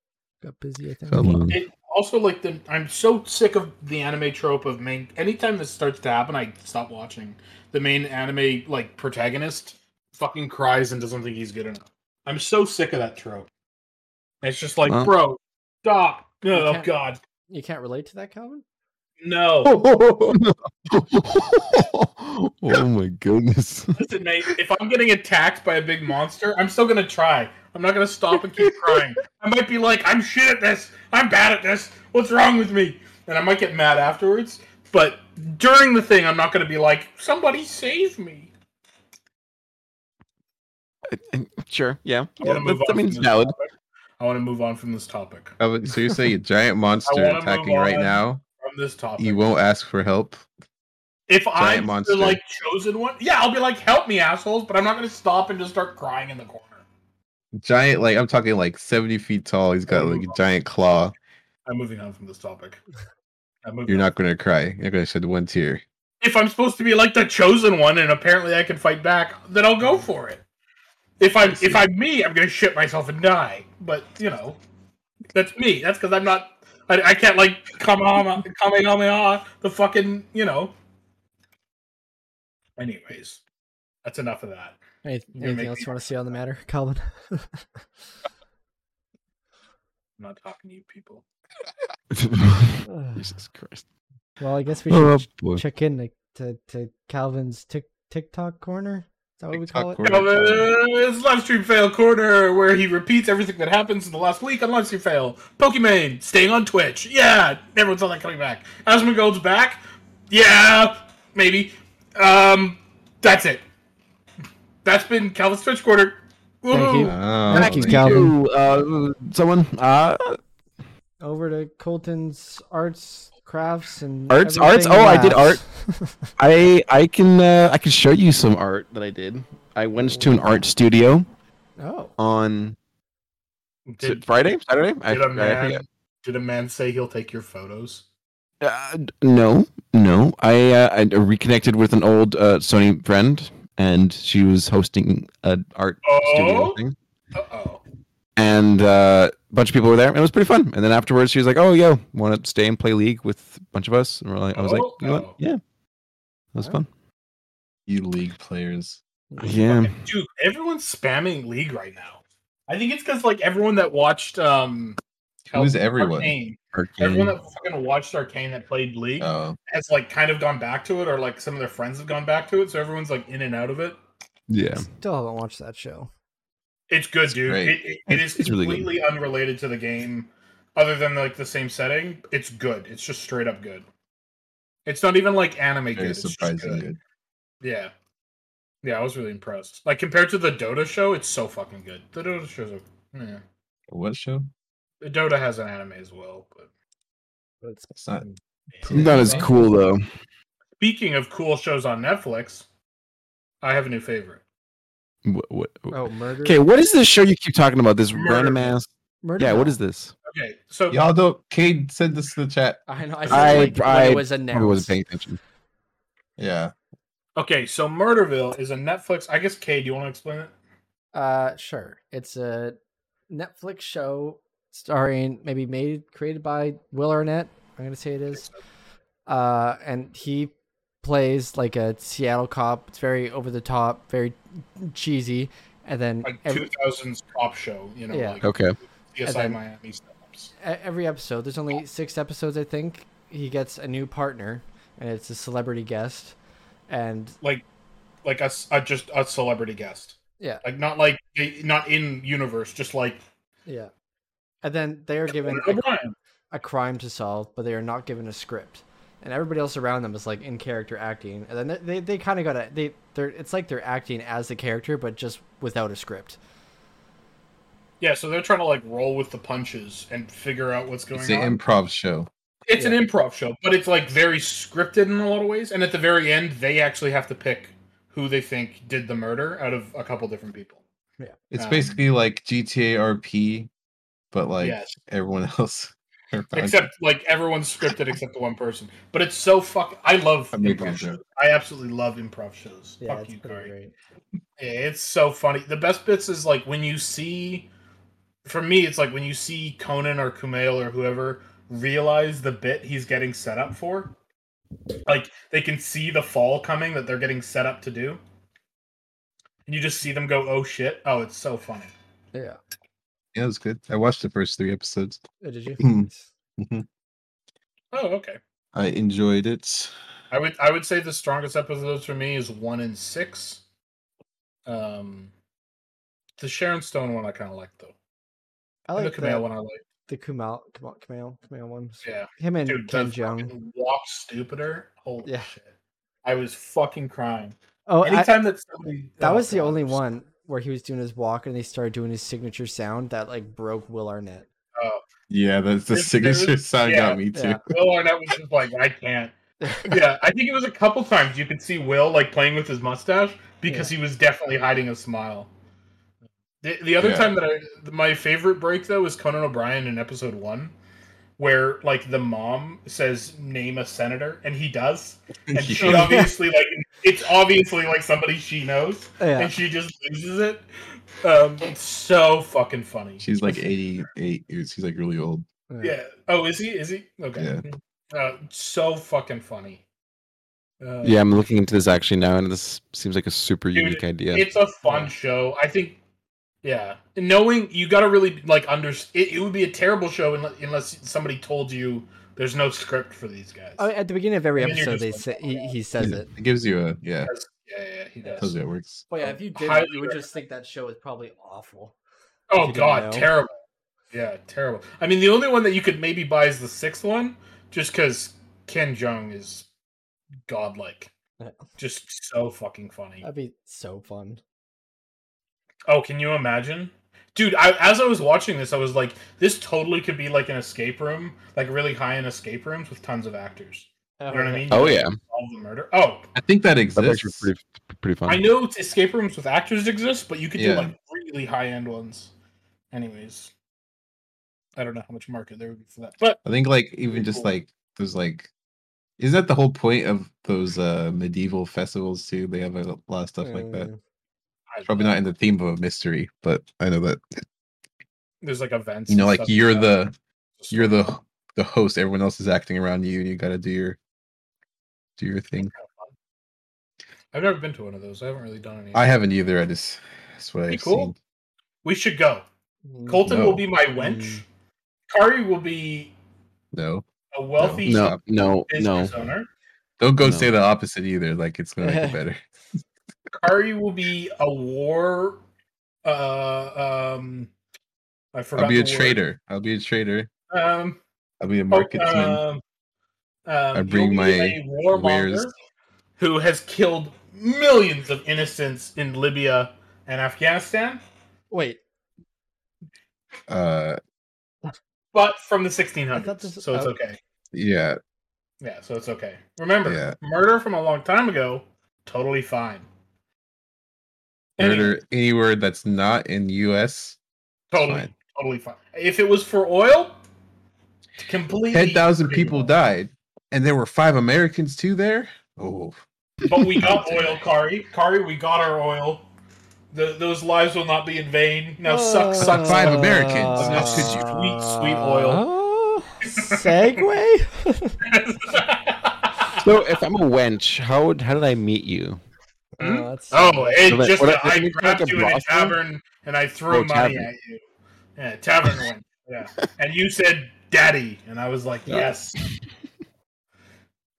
B: Got busy, I think.
C: Fell off.
A: It, also, like the I'm so sick of the anime trope of main. Anytime this starts to happen, I stop watching. The main anime like protagonist fucking cries and doesn't think he's good enough. I'm so sick of that trope. It's just like,
D: Well-
A: bro, stop. No, oh
B: can't-
A: god,
B: You can't relate to that, Calvin?
A: no.
D: oh my goodness.
A: Listen, mate, if I'm getting attacked by a big monster, I'm still gonna try. I'm not gonna stop and keep crying. I might be like, I'm shit at this. I'm bad at this. What's wrong with me? And I might get mad afterwards. But during the thing, I'm not gonna be like, somebody save me.
D: sure. Yeah.
A: I wanna
D: yeah
A: move
D: that, that
A: on from
D: means
A: this
D: valid.
A: topic. I wanna move on from this topic.
C: Calvin, So you're saying a giant monster
A: wanna move
C: attacking right
A: on.
C: now?
A: From this topic.
C: You won't ask for help.
A: If I'm
C: Giant
A: the
C: monster.
A: like chosen one, yeah, I'll be like, "Help me, assholes!" But I'm not gonna stop and just start crying in the corner.
C: Giant, like I'm talking like 70 feet tall. He's got like a giant claw.
A: I'm moving on from this topic. I'm moving
C: You're
A: on.
C: not gonna cry. You're gonna shed one tear.
A: If I'm supposed to be like the chosen one, and apparently I can fight back, then I'll go for it. If I'm if I'm me, I'm gonna shit myself and die. But you know, that's me. That's because I'm not. I, I can't like Kamehame- kamehameha ah, the fucking you know. Anyways, that's enough of that.
B: Any-
A: You're
B: anything
A: making
B: else
A: me
B: you want
A: laugh
B: to say on the matter, Calvin?
A: I'm not talking to you people.
D: Jesus Christ.
B: well, I guess we should
D: Oh
B: ch-
D: boy.
B: check in to, to, to Calvin's tick TikTok corner. Is that what we
C: TikTok
B: call it?
C: corner.
A: Calvin's live stream fail corner, where he repeats everything that happens in the last week on live stream fail. Pokimane staying on Twitch. Yeah, everyone's on that coming back. Asmongold's back. Yeah, maybe. Um, that's it. That's been Calvin's Twitch corner.
B: Thank you.
A: Woohoo.
C: Oh,
B: Thank you,
C: man.
B: Calvin.
D: Ooh, uh, someone, uh,
B: Over to Colton's arts, crafts, and
D: Arts, arts?
B: everything
D: Oh, I did
B: laughs.
D: I I can uh, I can show you some art that I did. I went to an art studio
B: oh,
D: on is it
A: Did,
D: Friday, Saturday. I,
A: did a
D: I forget.
A: man did a man say he'll take your photos?
D: Uh, d- no, no. I uh, I reconnected with an old uh, Sony friend, and she was hosting an art
A: Oh?
D: studio thing,
A: Uh oh.
D: and uh, a bunch of people were there, and it was pretty fun. And then afterwards, she was like, "Oh, yo, want to stay and play League with a bunch of us?" And we're like, I was like,
A: Oh,
D: "You know what?
A: oh.
D: Yeah, that was fun."
C: You league players.
D: Yeah.
A: Dude, everyone's spamming League right now. I think it's because like everyone that watched um
C: Who's everyone?
A: Arcane,
D: Arcane.
A: Everyone that fucking watched Arcane that played League
C: Oh,
A: has like kind of gone back to it, or like some of their friends have gone back to it, so everyone's like in and out of it.
D: Yeah.
B: still haven't watched that show.
A: It's good, dude.
C: great.
A: It, it, it is
D: It's really good.
A: completely unrelated to the game, other than like the same setting. It's good. It's just straight up good. It's not even like anime good.
C: very
A: It's just
C: surprising.
A: good.
C: Good.
A: Yeah, yeah. I was really impressed. Like compared to the Dota show, it's so fucking good. The Dota show's a yeah.
C: What show?
A: Dota has an anime as well, but
B: But it's
C: It's not.
A: Mm.
D: Not as cool though.
A: Speaking of cool shows on Netflix, I have a new favorite.
D: What, what,
B: oh, murder.
D: Okay, what is this show you keep talking about? This
A: Murder.
D: random ass.
B: murder.
D: Yeah, what
B: Mouth.
D: is this?
A: Okay, so
C: Y'all don't. Cade said this to the chat.
B: I know. I, said,
D: I-
B: like,
D: I
B: when it was
D: Probably wasn't
B: announced.
D: paying attention.
C: Yeah.
A: okay, so Murderville is a Netflix. I guess Kay, do you want to explain it?
B: Uh, sure. It's a Netflix show starring maybe made created by Will Arnett. I'm gonna say it is. Uh, and he plays like a Seattle cop. It's very over the top, very cheesy. And then
A: Like
B: every,
A: two thousands pop show, you know,
B: Yeah.
A: like
D: Okay.
A: CSI
B: And then-
A: Miami steps.
B: e- every episode, there's only six episodes, I think. He gets a new partner, and it's a celebrity guest. And
A: Like, like a, s- a- just a celebrity guest.
B: Yeah.
A: Like not like not in universe, just like
B: yeah, and then they are given a
A: O'Brien.
B: a crime to solve, but they are not given a script. And everybody else around them is like in character acting, and then they they, they kind of gotta they they're it's like they're acting as the character, but just without a script.
A: Yeah, so they're trying to like roll with the punches and figure out what's going
C: It's
A: on.
C: an improv show.
A: it's an improv show, but it's like very scripted in a lot of ways. And at the very end, they actually have to pick who they think did the murder out of a couple different people.
C: It's
A: Um,
C: basically like GTA RP, but like
A: Yes.
C: everyone else. around.
A: Except like everyone's scripted except the one person. But it's so fuck. I love
C: I'm making a
A: improv
C: joke.
A: shows. I absolutely love improv shows.
B: Yeah,
A: fuck
B: it's
A: you,
B: pretty
A: Kari.
B: great.
A: Yeah, It's so funny. The best bits is like when you see, for me, it's like when you see Conan or Kumail or whoever realize the bit he's getting set up for. Like they can see the fall coming that they're getting set up to do. And you just see them go, oh shit. Oh, it's so funny.
B: Yeah.
C: yeah, it was good. I watched the first three episodes.
B: Oh, did you?
C: Hmm.
B: Nice.
A: Oh, okay.
C: I enjoyed it.
A: I would I would say the strongest episodes for me is one and six. Um the Sharon Stone one I kinda like though.
B: I
A: And
B: like
A: the
B: the,
A: Kumail
B: the,
A: one I like.
B: Kumail Kumail Kumail Kumail ones.
A: Yeah.
B: Him and
A: Dude,
B: Ken
A: the
B: Jeong.
A: fucking walk stupider. Holy
B: Yeah.
A: shit. I was fucking crying.
B: Oh, I-
A: Anytime that somebody
B: that
A: oh,
B: was the
A: God,
B: only
A: I'm just-
B: one where he was doing his walk, and they started doing his signature sound that like broke Will Arnett.
C: Yeah, that's the
A: If there
C: signature
A: was-
C: sound
A: yeah,
C: got me too.
B: yeah.
A: Will Arnett was just like, I can't. yeah, I think it was a couple times you could see Will like playing with his mustache because he was definitely hiding a smile. The, the other
C: Yeah.
A: time that I my favorite break though is Conan O'Brien in episode one, where like the mom says name a senator and he does, and she
B: Yeah.
A: obviously like it's obviously like somebody she knows,
B: Yeah.
A: and she just loses it. Um, it's so fucking funny.
C: She's like 88. She's like really old.
A: Yeah. Oh, is he? Is he? Okay. Uh, so fucking funny. Uh,
D: Yeah, I'm looking into this actually now, and this seems like a super
A: Dude,
D: unique idea.
A: It's a fun
D: Yeah.
A: show. I think. Yeah, And knowing you got to really like under. It, it would be a terrible show unless, unless somebody told you there's no script for these guys.
B: Oh, at the beginning of every
A: And then you're
B: episode, they
A: just
B: say
A: like, oh,
B: he,
A: yeah.
B: he says it.
C: It gives you a yeah.
A: That's- yeah, yeah, he
C: Tells
A: does.
C: you it works.
B: Well,
A: yeah,
B: yeah,
A: if
B: if you
A: didn't,
B: did,
A: Highly
B: you would just think that show is probably awful.
A: Oh
B: you didn't
A: god,
B: know.
A: terrible. Yeah, terrible. I mean, the only one that you could maybe buy is the sixth one, just because Ken Jong is godlike.
B: Yeah.
A: Just so fucking funny.
B: That'd be so fun.
A: Oh, can you imagine? Dude, I, as I was watching this, I was like, this totally could be like an escape room, like really high end escape rooms with tons of actors. You know what I mean?
D: Oh yeah,
A: Solve the murder. Oh,
C: I think that
D: that's
C: exists.
D: actually pretty pretty fun.
A: I know it's escape rooms with actors exist, but you could do
C: Yeah.
A: like really high end ones. Anyways, I don't know how much market there would be for that. But
C: I think like even just
A: cool.
C: like those like isn't that the whole point of those uh medieval festivals too? They have a lot of stuff like
A: Mm.
C: that.
A: I
C: Probably
A: don't
C: not in the theme of a mystery, but I know that
A: know. There's like events.
C: you know
A: and
C: like
A: stuff
C: you're
A: that.
C: the you're the the host, everyone else is acting around you and you gotta do your do your thing.
A: I've never been to one of those. I haven't really done any.
C: I haven't either, I just that's what
A: Be
C: I've
A: cool.
C: seen.
A: We should go.
B: Mm.
A: Colton
C: No.
A: will be my wench. Kari will be
C: No.
A: a wealthy
D: No, no, no.
A: business owner.
C: Don't go
D: No.
C: say the opposite either, like it's gonna make it better.
A: Kari will be a war. Uh, um, I forgot.
C: I'll be a
A: the word.
C: trader. I'll be a trader.
A: Um,
C: I'll be a
A: oh,
C: marketing.
A: um, I
C: bring my wares.
A: who has killed millions of innocents in Libya and Afghanistan,
B: Wait,
C: uh
A: but from the
B: I thought
A: 1600s.
B: this-
A: so it's
B: oh.
A: okay.
C: yeah,
A: Yeah, so it's okay. Remember,
C: Yeah.
A: murder from a long time ago, totally fine. Any-
C: murder any word that's not in US
A: totally,
C: fine.
A: totally fine. If it was for oil, completely.
C: ten thousand people
A: died.
C: died, and there were five Americans too there. Oh,
A: But we got oil, Kari. Kari, we got our oil. The, those lives will not be in vain. Now
B: Oh.
A: suck, suck,
C: But five
A: suck.
C: Americans.
A: That's good, you sweet, sweet oil.
B: Segway.
D: So if I'm a wench, how would how did I meet you?
A: Hmm?
B: Uh, that's-
A: oh, it
D: What-
A: just
D: what-
A: uh, I
D: isn't it
A: grabbed
D: like a
A: you in a
D: brothel?
A: tavern and I threw
D: Oh,
A: money
D: tavern.
A: at you. Yeah, tavern one. Yeah, and you said daddy, and I was like,
D: Yeah.
A: yes,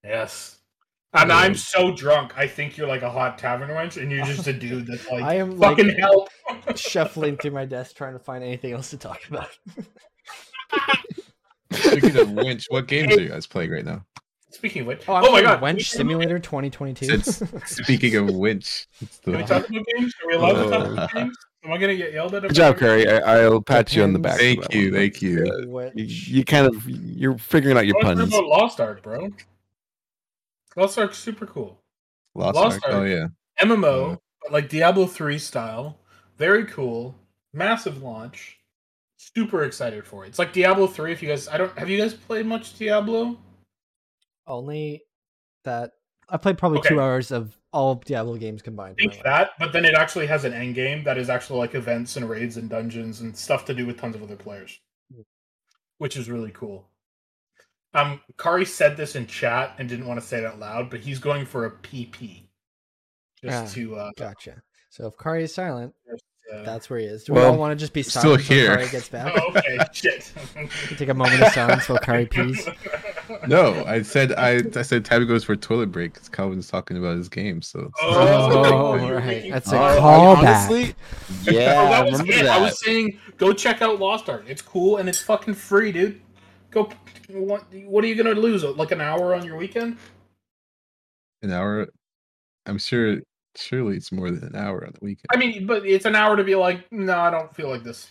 A: yes. And I'm so drunk, I think you're like a hot tavern wench, and you're just a dude that's like,
B: I am like uh,
A: fucking help.
B: shuffling through my desk trying to find anything else to talk about.
C: speaking of winch, what games are you guys playing right now?
A: Speaking of which,
B: Oh, I'm
A: oh my
B: playing
A: god,
B: Wench Simulator 2022.
C: Since- Speaking of winch, it's
A: Can we
C: the,
A: talk about games? Are we allowed to talk about games? Am I gonna get yelled at?
D: Good job,
A: about it?
D: Curry. I, I'll pat you on the back. for
C: thank
D: that
C: you,
D: one.
C: thank you.
D: You,
B: Which-
D: you kind of you're figuring out your
A: I want to
D: puns.
A: talk about Lost Ark, bro. Lost Ark's super cool.
C: Lost,
A: Lost
C: Ark.
A: Ark.
C: Oh yeah,
A: MMO,
C: Yeah.
A: but like Diablo 3 style. Very cool. Massive launch. Super excited for it. It's like Diablo 3 if you guys I don't have you guys played much Diablo?
B: only that I played probably
A: Okay.
B: two hours of all Diablo games combined.
A: I think that, but then it actually has an end game that is actually like events and raids and dungeons and stuff to do with tons of other players,
D: Hmm.
A: which is really cool. Um, Kari said this in chat and didn't want to say it out loud, but he's going for a PP just
B: Ah,
A: to uh,
B: Gotcha. So if Kari is silent,
A: uh,
B: that's where he is. Do we
D: Well,
B: all want to just be
C: still
B: silent until
C: here.
B: Kari gets back?
A: Oh, okay, shit.
B: We Take a moment of silence while Kari pees.
C: no, I said I, I said Tabby goes for a toilet break. 'cause Calvin's talking about his game, so
B: Oh,
A: you're
B: right.
A: making
B: That's a
A: fun.
D: I-
B: callback.
D: honestly-
A: Oh,
D: yeah, I
A: that was
D: remember
A: it.
D: that.
A: I was saying, go check out Lost Ark. It's cool and it's fucking free, dude. Go. What, what are you gonna lose? Like an hour on your weekend?
C: an hour. I'm sure. Surely it's more than an hour on the weekend.
A: I mean, but it's an hour to be like, no, I don't feel like this.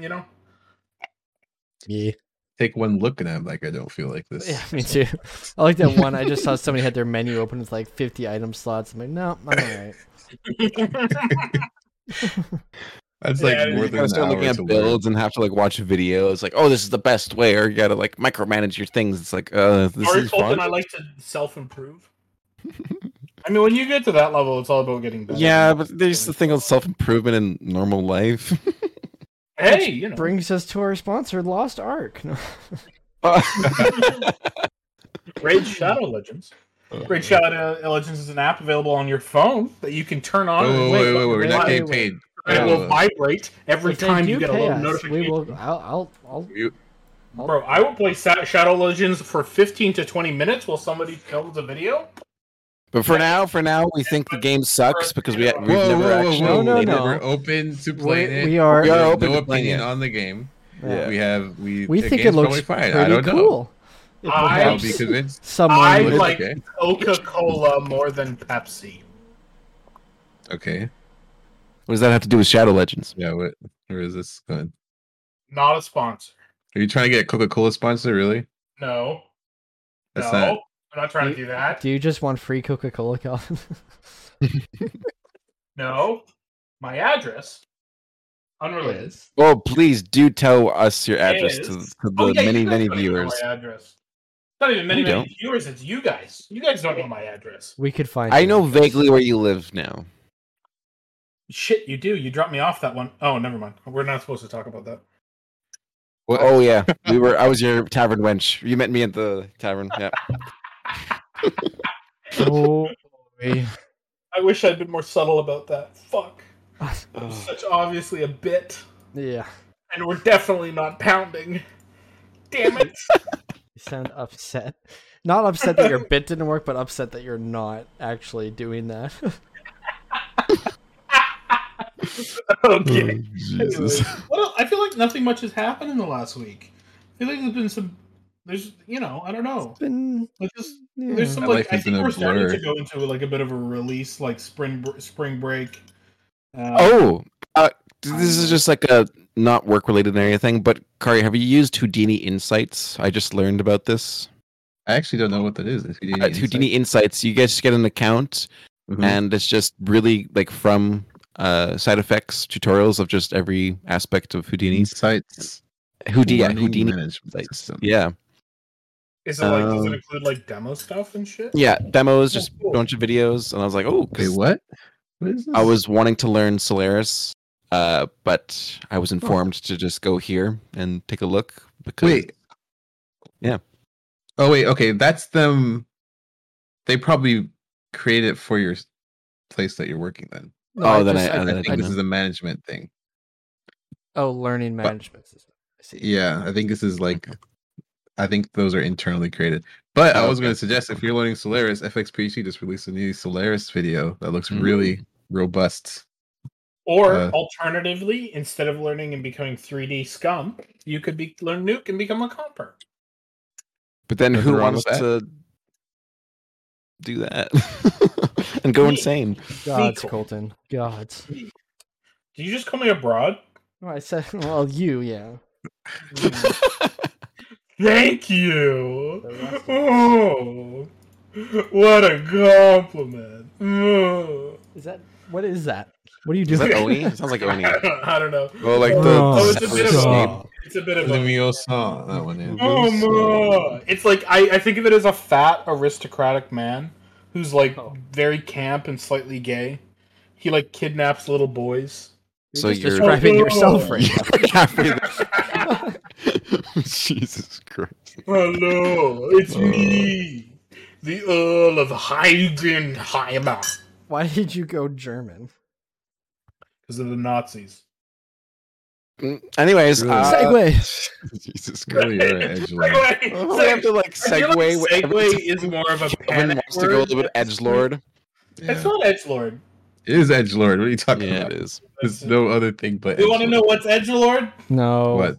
A: You know,
B: Yeah.
C: take one look and I'm like, I don't feel like this.
B: Yeah, me too. I like that one. I just saw somebody had their menu open with like 50 item slots. I'm like, no, I'm all right.
C: That's
A: Yeah,
C: like
A: I
C: more
D: you
C: than
D: gotta
C: an
D: start
C: hour
D: looking at
C: to learn.
D: builds and have to like watch videos. Like, oh, this is the best way, or you gotta like micromanage your things. It's like, uh, this
A: Or
D: is fun.
A: often I like to self improve. I mean, when you get to that level, it's all about getting better.
D: yeah, but there's the thing of self improvement in normal life.
A: Hey, you know,
B: Brings us to our sponsor, Lost Ark. No.
D: Uh,
A: Raid Shadow Legends.
C: Oh,
A: Raid Shadow Legends is an app available on your phone that you can turn on.
C: Wait,
A: and
C: wait, wait, wait, wait, we're not
A: Why?
C: getting paid.
A: It will
C: Uh,
A: vibrate every
B: If they
A: time
B: do
A: you get a
B: pay
A: little
B: us,
A: notification.
B: We will. I'll. I'll. I'll
C: You-
A: Bro, I will play Sa- Shadow Legends for 15 to 20 minutes while somebody films a video.
D: but for now, for now, we think the game sucks because we, we've
C: Whoa, whoa,
D: never
C: whoa,
D: actually.
C: whoa,
B: No, no,
C: we're
B: no.
C: We're open to
B: we,
C: playing it.
B: we are.
D: We are
C: have
D: open
C: no
D: to playing
C: opinion
D: it.
C: on the game.
D: Yeah.
C: We have we.
B: We
C: the
B: think it
C: game's
B: looks
C: probably
B: pretty
C: fine. I don't know.
B: cool. If
A: I-
C: I'll
B: perhaps
C: be convinced.
B: someone
A: I
B: would-
C: It's
A: like-
C: okay.
A: Coca Cola more than Pepsi.
C: Okay.
D: What does that have to do with Shadow Legends?
C: Yeah. What? Where is this going?
A: Not a sponsor.
C: Are you trying to get Coca Cola sponsor? Really?
A: No.
C: That's
A: no.
C: not-
A: I'm not trying to do that.
B: Do you just want free Coca Cola, Calvin?
A: No. My address. Unrelated.
D: Oh, please do tell us your address to,
A: Is-
D: to the
A: Oh, yeah, you
D: many,
A: guys don't
D: many
A: even know
D: viewers.
A: My address. Not even many,
D: We
A: many viewers. It's you guys. You guys don't know my address.
B: we could find.
D: I
B: you.
D: know vaguely where you live now.
A: Shit, you do. You dropped me off that one. Oh, never mind. We're not supposed to talk about that.
D: Oh yeah, we were. I was your tavern wench. You met me at the tavern. Yeah.
B: Oh, boy.
A: I wish I'd been more subtle about that. Fuck.
D: Ugh.
A: Such obviously a bit.
B: yeah.
A: And we're definitely not pounding. Damn it.
B: You sound upset. Not upset that your bit didn't work, but upset that you're not actually doing that.
A: okay.
D: Jesus.
A: Anyway, what else? I feel like nothing much has happened in the last week. I feel like there's been some. There's, you know, I don't know.
B: Been-
A: Like just,
B: yeah.
A: there's some
C: My life
A: like I
C: has
A: think
C: been a
A: we're starting to
C: blur.
A: go into like a bit of a release, like spring br- spring break. Uh,
D: Oh, uh, this is just like a not work related or anything. But Kari, have you used Houdini Insights? I just learned about this.
C: I actually don't know what that is. If you need
D: Uh,
C: any
D: Houdini Insights. You guys just get an account,
C: insight. Mhm.
D: and it's just really like from uh, side effects tutorials of just every aspect of Houdini.
C: insights.
D: Houdini. yeah,
C: learning uh,
D: Houdini.
C: management
D: Insights.
C: system.
D: Yeah.
A: is it like does it
D: um,
A: include like demo stuff and shit?
D: Yeah. Demos, just
A: cool.
D: a bunch of videos, and I was like, oh, 'cause
C: Wait, what? What is this?
D: I was wanting to learn Solaris, uh, but I was informed to just go here and take a look because
C: Wait.
D: Yeah.
C: Oh wait. Okay, that's them. They probably create it for your s- place that you're working. Then
B: No,
D: Oh, then
B: just-
D: I-
C: I
D: uh,
C: think
D: I
C: this
D: know.
C: is a management thing.
B: oh, learning management system. I see.
C: Yeah, I think this is like. I think those are internally created. But I
D: Oh,
C: was
D: okay.
C: going to suggest if you're learning Solaris, FXPG just released a new Solaris video that looks
D: Mm.
C: really robust.
A: Or
C: Uh,
A: alternatively, instead of learning and becoming 3D scum, you could be learn nuke and become a comper.
D: But then
C: Nothing
D: who
C: wrong
D: wants
C: with
D: to do that and go
A: Me.
D: insane?
B: Gods,
A: Sequel.
B: Colton. Gods.
A: Did you just call me a broad?
B: No, I said, well, you, yeah.
A: Thank you.
B: They're awesome.
A: Oh, what a compliment. Oh.
B: Is that what is that? What are you
D: Is
B: doing?
D: that Oni? It sounds like Oni.
A: I don't know.
D: Well, like the
A: Oh, it's a bit of
D: Solaris
A: a-
D: game.
A: It's a bit of
C: The
A: a.
C: Mio song, that one is.
A: Oh, ma. It's like I, I think of it as a fat aristocratic man who's like
B: Oh.
A: very camp and slightly gay. He like kidnaps little boys.
D: So
B: just
D: you're-
B: describing
A: Oh, no.
B: yourself right now.
D: Halfway there. Jesus Christ.
A: Hello, it's me, the Earl of Heidenheimer.
B: Why did you go German?
A: Because of the Nazis.
D: Mm, Anyways,
C: Really?
D: uh,
B: Segway.
D: Jesus Christ.
C: Really, you're an edgelord.
A: Segway.
D: Oh, We have to like segue.
A: Segway is more of a
D: Everyone
A: panic
D: wants to go a little bit
A: word.
D: edge lord.
C: Yeah.
A: It's not edge lord.
C: It is edgelord. What are you talking
D: Yeah,
C: about?
D: it is.
C: There's no other thing but.
A: You want to
C: edgelord.
A: know what's edge lord?
B: No.
C: What?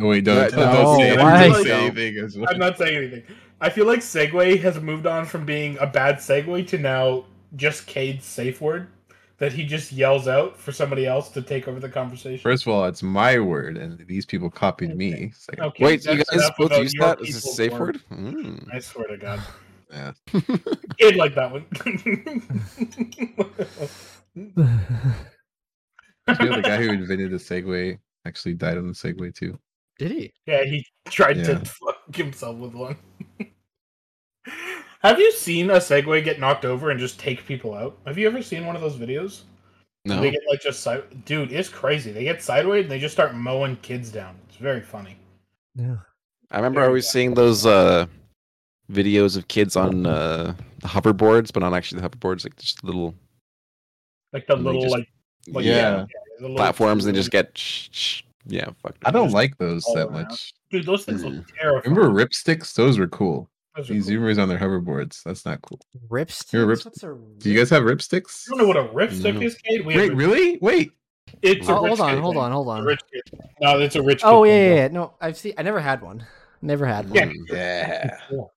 C: Oh, wait, don't,
D: Right,
C: don't,
B: no,
C: say, anything,
B: why?
C: don't say anything. It's like-
A: I'm not saying anything. I feel like Segway has moved on from being a bad segue to now just Cade's safe word. that he just yells out for somebody else to take over the conversation.
C: First of all, it's my word, and these people copied me. It's like,
A: Okay,
D: Wait, you
A: that's
D: guys
A: enough
D: both
A: about
D: use
A: your
D: that as a
A: people's
D: safe word?
A: word.
D: Mm.
A: I swear to God,
C: yeah.
A: I'd like that one.
C: You know, the guy who invented the Segway actually died on the Segway too.
B: Did he?
A: yeah, he tried
C: Yeah.
A: to fuck himself with one. Have you seen a Segway get knocked over and just take people out? Have you ever seen one of those videos?
D: No.
A: They get like just side- dude, it's crazy. They get sideways and they just start mowing kids down. It's very funny.
B: Yeah.
D: I remember always seeing those uh, videos of kids on uh, hoverboards, but not actually the hoverboards, like just little
A: Like the
D: And they
A: little
D: just-
A: like, like
C: Yeah.
A: the little-
D: platforms, and they just get sh- sh- yeah, fucked.
C: I don't
D: Just-
C: like those
A: all
C: that
A: around.
C: much.
A: dude. Those things look terrifying.
C: Remember ripsticks? Those were cool.
A: Those are
C: These
A: cool. you
C: zoomers on their hoverboards. That's not cool.
B: Rips.
C: You're a rip-
B: What's a rip-
C: Do you guys have ripsticks?
A: don't know what a ripstick
D: No.
A: is, Kate? We have
C: Wait,
A: a-
C: really? Wait.
A: It's a
B: Oh,
A: rich
B: hold on,
A: kid
B: hold
A: thing.
B: on, hold
A: It's
B: on.
A: a rich kid. No, it's a rich.
B: Oh
A: kid
B: yeah,
A: thing,
B: yeah, yeah. No, I've seen. I never had one. Never had one.
A: Yeah.
D: Mm.
C: Yeah.
A: Cool.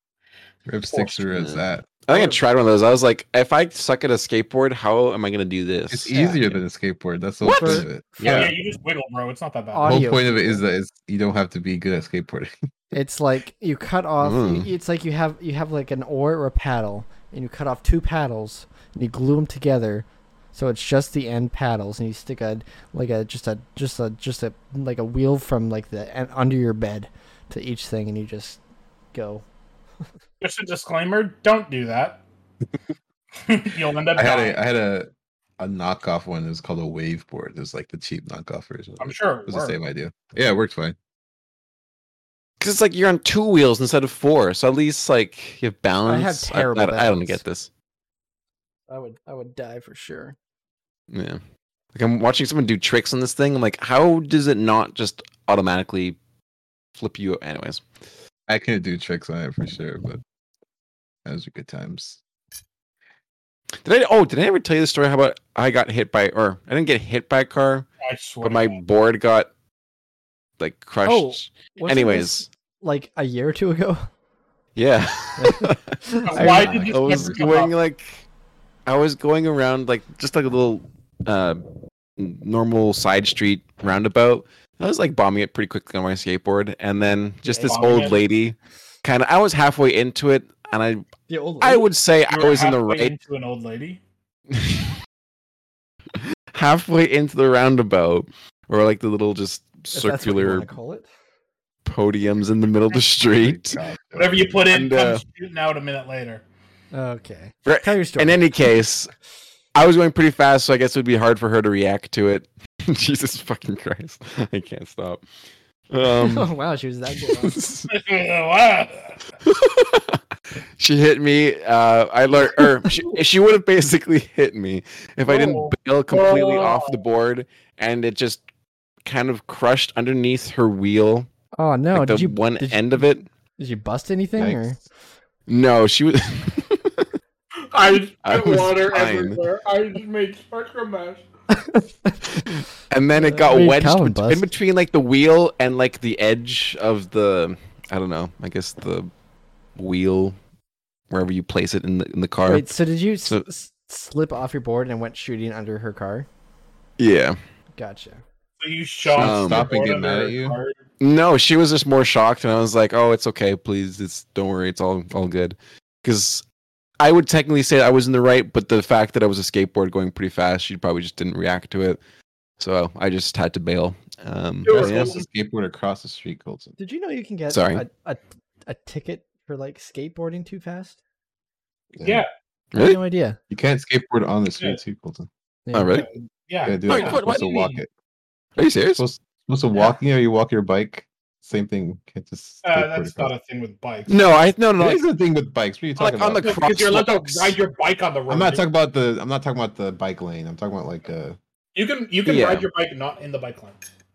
C: Ripsticks are as
D: Yeah.
C: that.
D: I think I tried one of those. I was like, if I suck at a skateboard, how am I gonna do this?
C: It's
B: Yeah.
C: easier than a skateboard. That's the whole
B: What?
C: point of it.
A: though. Oh,
C: Yeah.
A: yeah, you just wiggle, bro. It's not that bad.
C: The
B: Audio
C: whole point of it
B: people.
C: is that it's, you don't have to be good at skateboarding.
B: It's like you cut off.
D: Mm.
B: You, it's like you have you have like an oar or a paddle, and you cut off two paddles and you glue them together, so it's just the end paddles, and you stick a like a just a just a just a like a wheel from like the and under your bed to each thing, and you just go.
A: Just a disclaimer: don't do that. You'll end up.
C: I had
A: dying.
C: a I had a a knockoff one. It was called a wave board. It was like the cheap knockoff version. of
A: I'm
C: it.
A: sure
C: It
A: it
C: was the
A: worked.
C: same idea. Yeah, it worked fine.
D: Because it's like you're on two wheels instead of four, so at least like you have balance.
B: terrible
D: I, I don't
B: balance.
D: get this.
B: I would I would die for sure.
D: Yeah, like I'm watching someone do tricks on this thing. I'm like, how does it not just automatically flip you? Anyways,
C: I couldn't do tricks on it for sure, but those were good times.
D: did I? Oh, did I ever tell you the story? How about I got hit by, or I didn't get hit by a car,
A: I swear.
D: but my board got like crushed.
B: Oh, Wasn't
D: Anyways,
B: this, like a year or two ago.
D: yeah.
A: But why
C: I
A: did this
D: I was
A: kid come up?
D: going like I was going around like just like a little uh normal side street roundabout. I was like bombing it pretty quickly on my skateboard and then just this
A: Bombing
D: old
A: it? lady
D: lady kind of I was halfway into it and I
B: The old
D: I would say
A: You
D: I
A: were
D: was in the
A: halfway
D: right
A: Into an old lady.
D: halfway into the roundabout or like the little just
B: if that's what you
D: circular
B: wanna call it.
D: podiums in the middle of the street.
C: God,
A: Whatever you put in
D: And, uh,
A: comes shooting out a minute later.
B: Okay.
D: Right,
B: Tell your story.
D: In any case, I was going pretty fast, so I guess it would be hard for her to react to it. Jesus fucking Christ. I can't stop.
B: oh
D: Um,
B: wow, she was that good.
A: Wow.
D: she hit me. Uh, I learned, or she, she would have basically hit me if I
A: Oh.
D: didn't bail completely off the board and it just kind of crushed underneath her wheel.
B: oh no!
D: like
B: did
D: the
B: you
D: one
B: did you-
D: end of it.
B: Did you bust anything or?
C: yikes.
D: No, she was.
A: I,
D: I
A: put
D: was
A: water
D: fine.
A: everywhere. I just made such a mess.
D: and then it
B: Uh,
D: got
B: Reed
D: wedged
B: Calvin
D: bet- in
B: bust.
D: between like the wheel and like the edge of the I don't know, I guess the wheel wherever you place it in the in the car.
B: Wait, so did you s-
D: so-
B: s- slip off your board and went shooting under her car?
D: Yeah.
B: Gotcha.
A: So you shot.
D: Um,
A: the
C: Stop and
A: board
C: get
A: under
C: mad
A: her
C: at you?
A: card.
D: No, she was just more shocked and I was like, "Oh, it's okay, please. It's don't worry, it's all all good." Cuz I would technically say I was in the right, but the fact that I was a skateboard going pretty fast, she probably just didn't react to it. So I just had to bail. Um,
A: It
C: I
A: was
D: yeah.
C: supposed to skateboard across the street, Colton.
B: Did you know you can get
D: Sorry.
B: A, a a ticket for like skateboarding too fast?
A: Yeah.
B: I had
D: Really?
B: no idea.
C: You can't skateboard on the street too, Colton.
B: Yeah.
D: Oh, really?
A: Yeah.
C: You gotta do
D: Wait,
C: that. You're
D: what- what
C: supposed to
A: do you
C: walk
A: mean?
C: it.
D: Are you serious?
C: Supposed, supposed to walk you or you walk your bike. Same thing. You can't just
A: Uh,
C: skateboard
A: that's
C: across.
A: not a thing with bikes.
D: No, I no no, no
C: It is a thing with bikes. What are you
D: Like,
C: talking
D: on
C: about?
D: the-
A: No, because you're allowed to
D: crosswalks.
A: ride your bike on the road.
C: I'm not talking about the. I'm not talking about the bike lane. I'm talking about like uh, a.
A: You can you can
D: Yeah.
A: ride your bike not in the bike lane.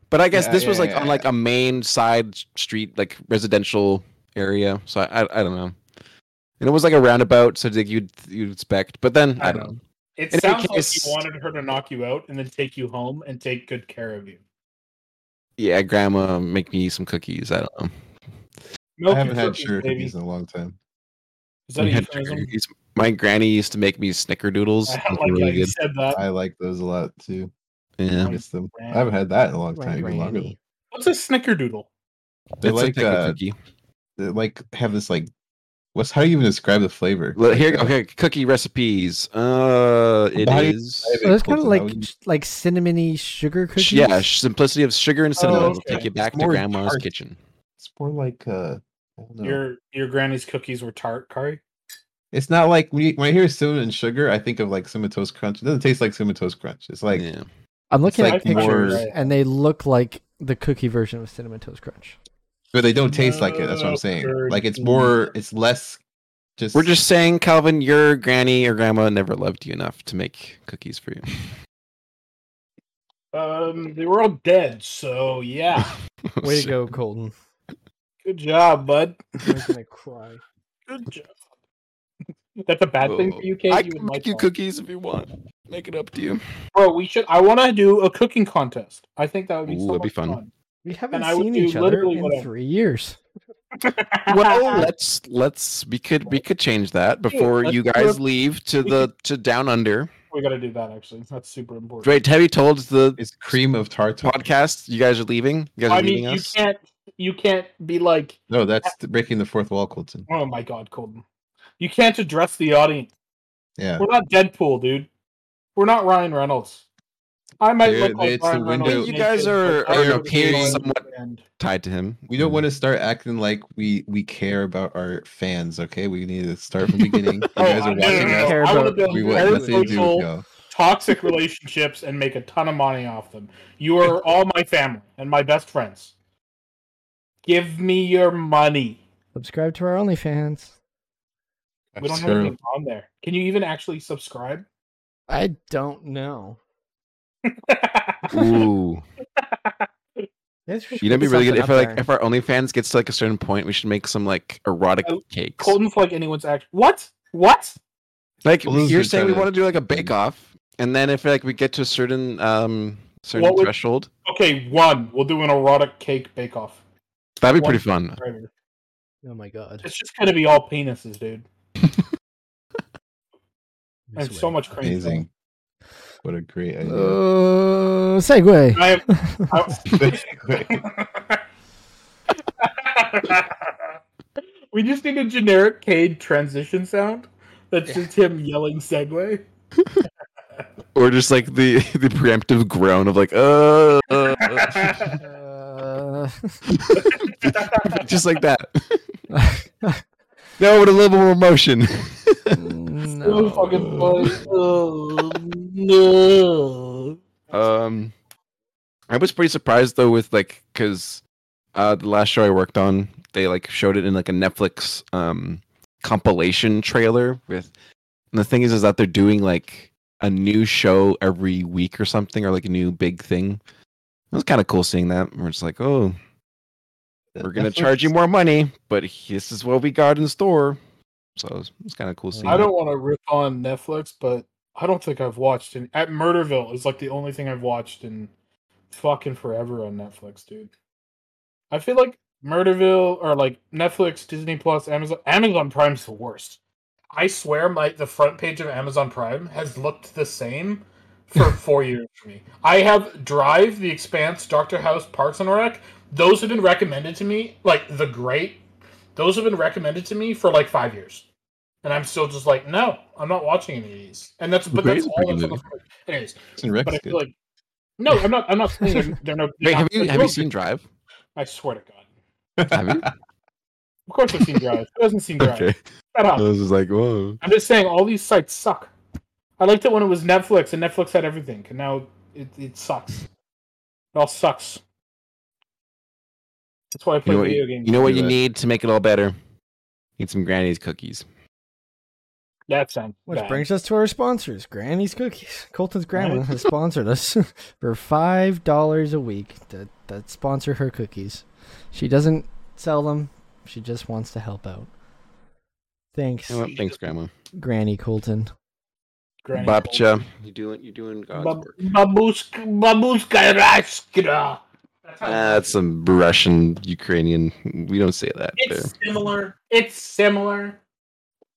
D: But I guess
C: Yeah,
D: this was
C: yeah,
D: like
C: yeah,
D: on like a main side s- street, like residential area. So I, I, I don't know. And it was like a roundabout, so like you'd you'd expect. But then I,
A: I
D: don't know.
A: know. It
D: In any
A: sounds like
D: case-
A: you wanted her to knock you out and then take you home and take good care of you.
D: Yeah, grandma make me some cookies. I don't know.
A: Milk your
C: I haven't had
A: cookies,
C: sugar
A: baby.
C: cookies in a long time.
A: Is that a
D: We had
A: euphemism?
D: cookies. my granny used to make me snickerdoodles.
A: I like
D: Those were
A: how
D: really
A: you
D: good.
A: said that.
C: I like those a lot too. I
D: Yeah.
C: miss them. I haven't had that in a long
B: My
C: time. Even longer.
B: granny.
A: What's a snickerdoodle?
C: They
D: It's
C: like
D: like a
C: uh,
D: cookie.
C: they like have this like what's how do you even describe the flavor?
D: Well, Here, okay, cookie recipes. Uh, it
C: Why-
D: is.
C: why
B: Well, that's kind
C: Cookies,
B: of
C: I
B: like
C: would use-
B: like cinnamony sugar cookies.
D: Sh- Yeah, sh- simplicity of sugar and cinnamon
A: Oh,
D: will
A: okay.
D: take you
C: It's
D: back to
C: more
D: grandma's
C: tart.
D: kitchen.
C: It's more like uh I don't know.
A: Your your granny's cookies were tart, Kari.
C: It's not like when, you, when I hear cinnamon and sugar, I think of like cinnamon toast crunch. It doesn't taste like cinnamon toast crunch. It's like
D: yeah.
B: I'm looking
C: like
B: at pictures,
A: more-
B: and they look like the cookie version of cinnamon toast crunch.
C: but they don't taste like it. That's what I'm saying. Like it's more it's less just
D: we're just saying, Calvin, your granny or grandma never loved you enough to make cookies for you.
A: Um, they were all dead, so yeah.
B: Way to go, Colton!
A: Good job, bud.
B: I'm gonna cry.
A: Good job. That's a bad thing for you, Kate.
D: I
A: would
D: can make
A: like
D: you
A: that.
D: cookies if you want. Make it up to you.
A: Bro, we should. I want to do a cooking contest. I think that would be,
D: Ooh,
A: so
D: that'd be
A: much
D: fun.
B: We haven't
A: And I would
B: seen
A: do
B: each other
A: literally
B: in
A: what I-
B: three years.
D: Well, let's let's we could we could change that before
A: let's
D: you
A: do
D: guys
A: it.
D: leave to
A: We
D: the to down under.
A: we got to do that. Actually, that's super important.
D: Right, have you told the
C: it's cream of tartar.
D: podcast you guys are leaving? You guys
A: I
D: are leaving
A: mean,
D: us.
A: you can't. You can't be like,
C: No, that's the- breaking the fourth wall, Colton.
A: oh my god, Colton. You can't address the audience.
C: Yeah.
A: We're not Deadpool, dude. We're not Ryan Reynolds. I might
C: Dude,
A: look like
C: it's the
A: Ryan Reynolds.
C: window-
D: You guys are-
A: but I
D: are
A: don't
D: appearing
A: really
D: somewhat-
A: understand.
D: Tied to him.
C: We don't want to start acting like we we care about our fans, okay? We need to start from the beginning. You
A: Oh,
C: guys
A: I-
C: are
A: no, no,
C: watching
A: no,
C: us.
A: no. I want to build
C: We want
A: very
C: nothing to do
A: social,
C: with y'all.
A: toxic relationships and make a ton of money off them. You are all my family and my best friends. Give me your money.
B: Subscribe to our OnlyFans.
A: We don't
C: That's
A: have
C: true.
A: anything on there. Can you even actually subscribe?
B: I don't know.
D: Ooh. You know, be really good if like if our OnlyFans gets to like a certain point, we should make some like erotic
A: Oh,
D: cakes.
A: Colton's like anyone's act. What? What?
D: Like
C: Well, this
D: you're
C: is
D: saying, we
C: retarded.
D: want to do like a bake off, and then if like we get to a certain um certain
A: What would-
D: threshold,
A: Okay, one. We'll do an erotic cake bake off.
D: that'd be
A: what-
D: pretty fun.
B: oh my god,
A: It's just gonna be all penises, dude.
B: I
A: And so much crazy.
C: Amazing. What a great idea.
B: Uh, segue.
A: I have we just need a generic Cade transition sound. That's just him yelling segue.
D: Or just like the the preemptive groan of like uh, uh, uh,"
B: Uh,
D: just like that. No, with a little more motion.
B: Um,
A: Oh,
B: no.
A: fucking boy. Oh, no.
D: Um, I was pretty surprised though with like because uh, the last show I worked on, they like showed it in like a Netflix um compilation trailer with. And the thing is, is that they're doing like a new show every week or something, or like a new big thing. It was kind of cool seeing that. We're just like, oh, we're gonna charge you more money, but this is what we got in store. So it's it kind of cool seeing.
A: I
D: that.
A: don't want to rip on Netflix, but I don't think I've watched and at Murderville is like the only thing I've watched in fucking forever on Netflix, dude. I feel like Murderville or like Netflix, Disney Plus, Amazon Amazon Prime's the worst. I swear my the front page of Amazon Prime has looked the same for four years for me. I have Drive, The Expanse, Doctor House, Parks and Rec. Those have been recommended to me, like The Great. Those have been recommended to me for like five years and I'm still just like, no, I'm not watching any of these. And that's but
D: Great
A: that's
D: is
A: all.
D: pretty
A: That's on the
D: good.
A: front. Anyways,
C: Jackson Rex
A: but I
C: good.
A: feel like no, I'm not. I'm not saying they're, they're no. they're
D: Wait, have
A: not-
D: you
A: they're
D: have you
A: good.
D: seen Drive?
A: I swear to God.
D: Have you?
A: Of course, I've seen Drive. Who hasn't seen Drive? Shut up.
D: was just like, whoa.
A: I'm just saying all these sites suck. I liked it when it was Netflix, and Netflix had everything, and now it, it sucks. It all sucks. That's why I play
D: know what
A: video games.
D: You know what
C: Do
D: you
C: it.
D: need to make it all better? Need some granny's cookies.
A: that sounds
B: Which
A: bad.
B: brings us to our sponsors, Granny's Cookies. Colton's grandma has sponsored us for five dollars a week to, to sponsor her cookies. She doesn't sell them; she just wants to help out. Thanks,
D: You know what? Thanks, Grandma.
B: Granny Colton.
A: Granny
D: Babcha. You doing you doing God's
A: Bab-
D: work.
A: Babushka, babushka, raskra. That's how-
D: That's some Russian Ukrainian. We don't say that.
A: It's similar. It's similar.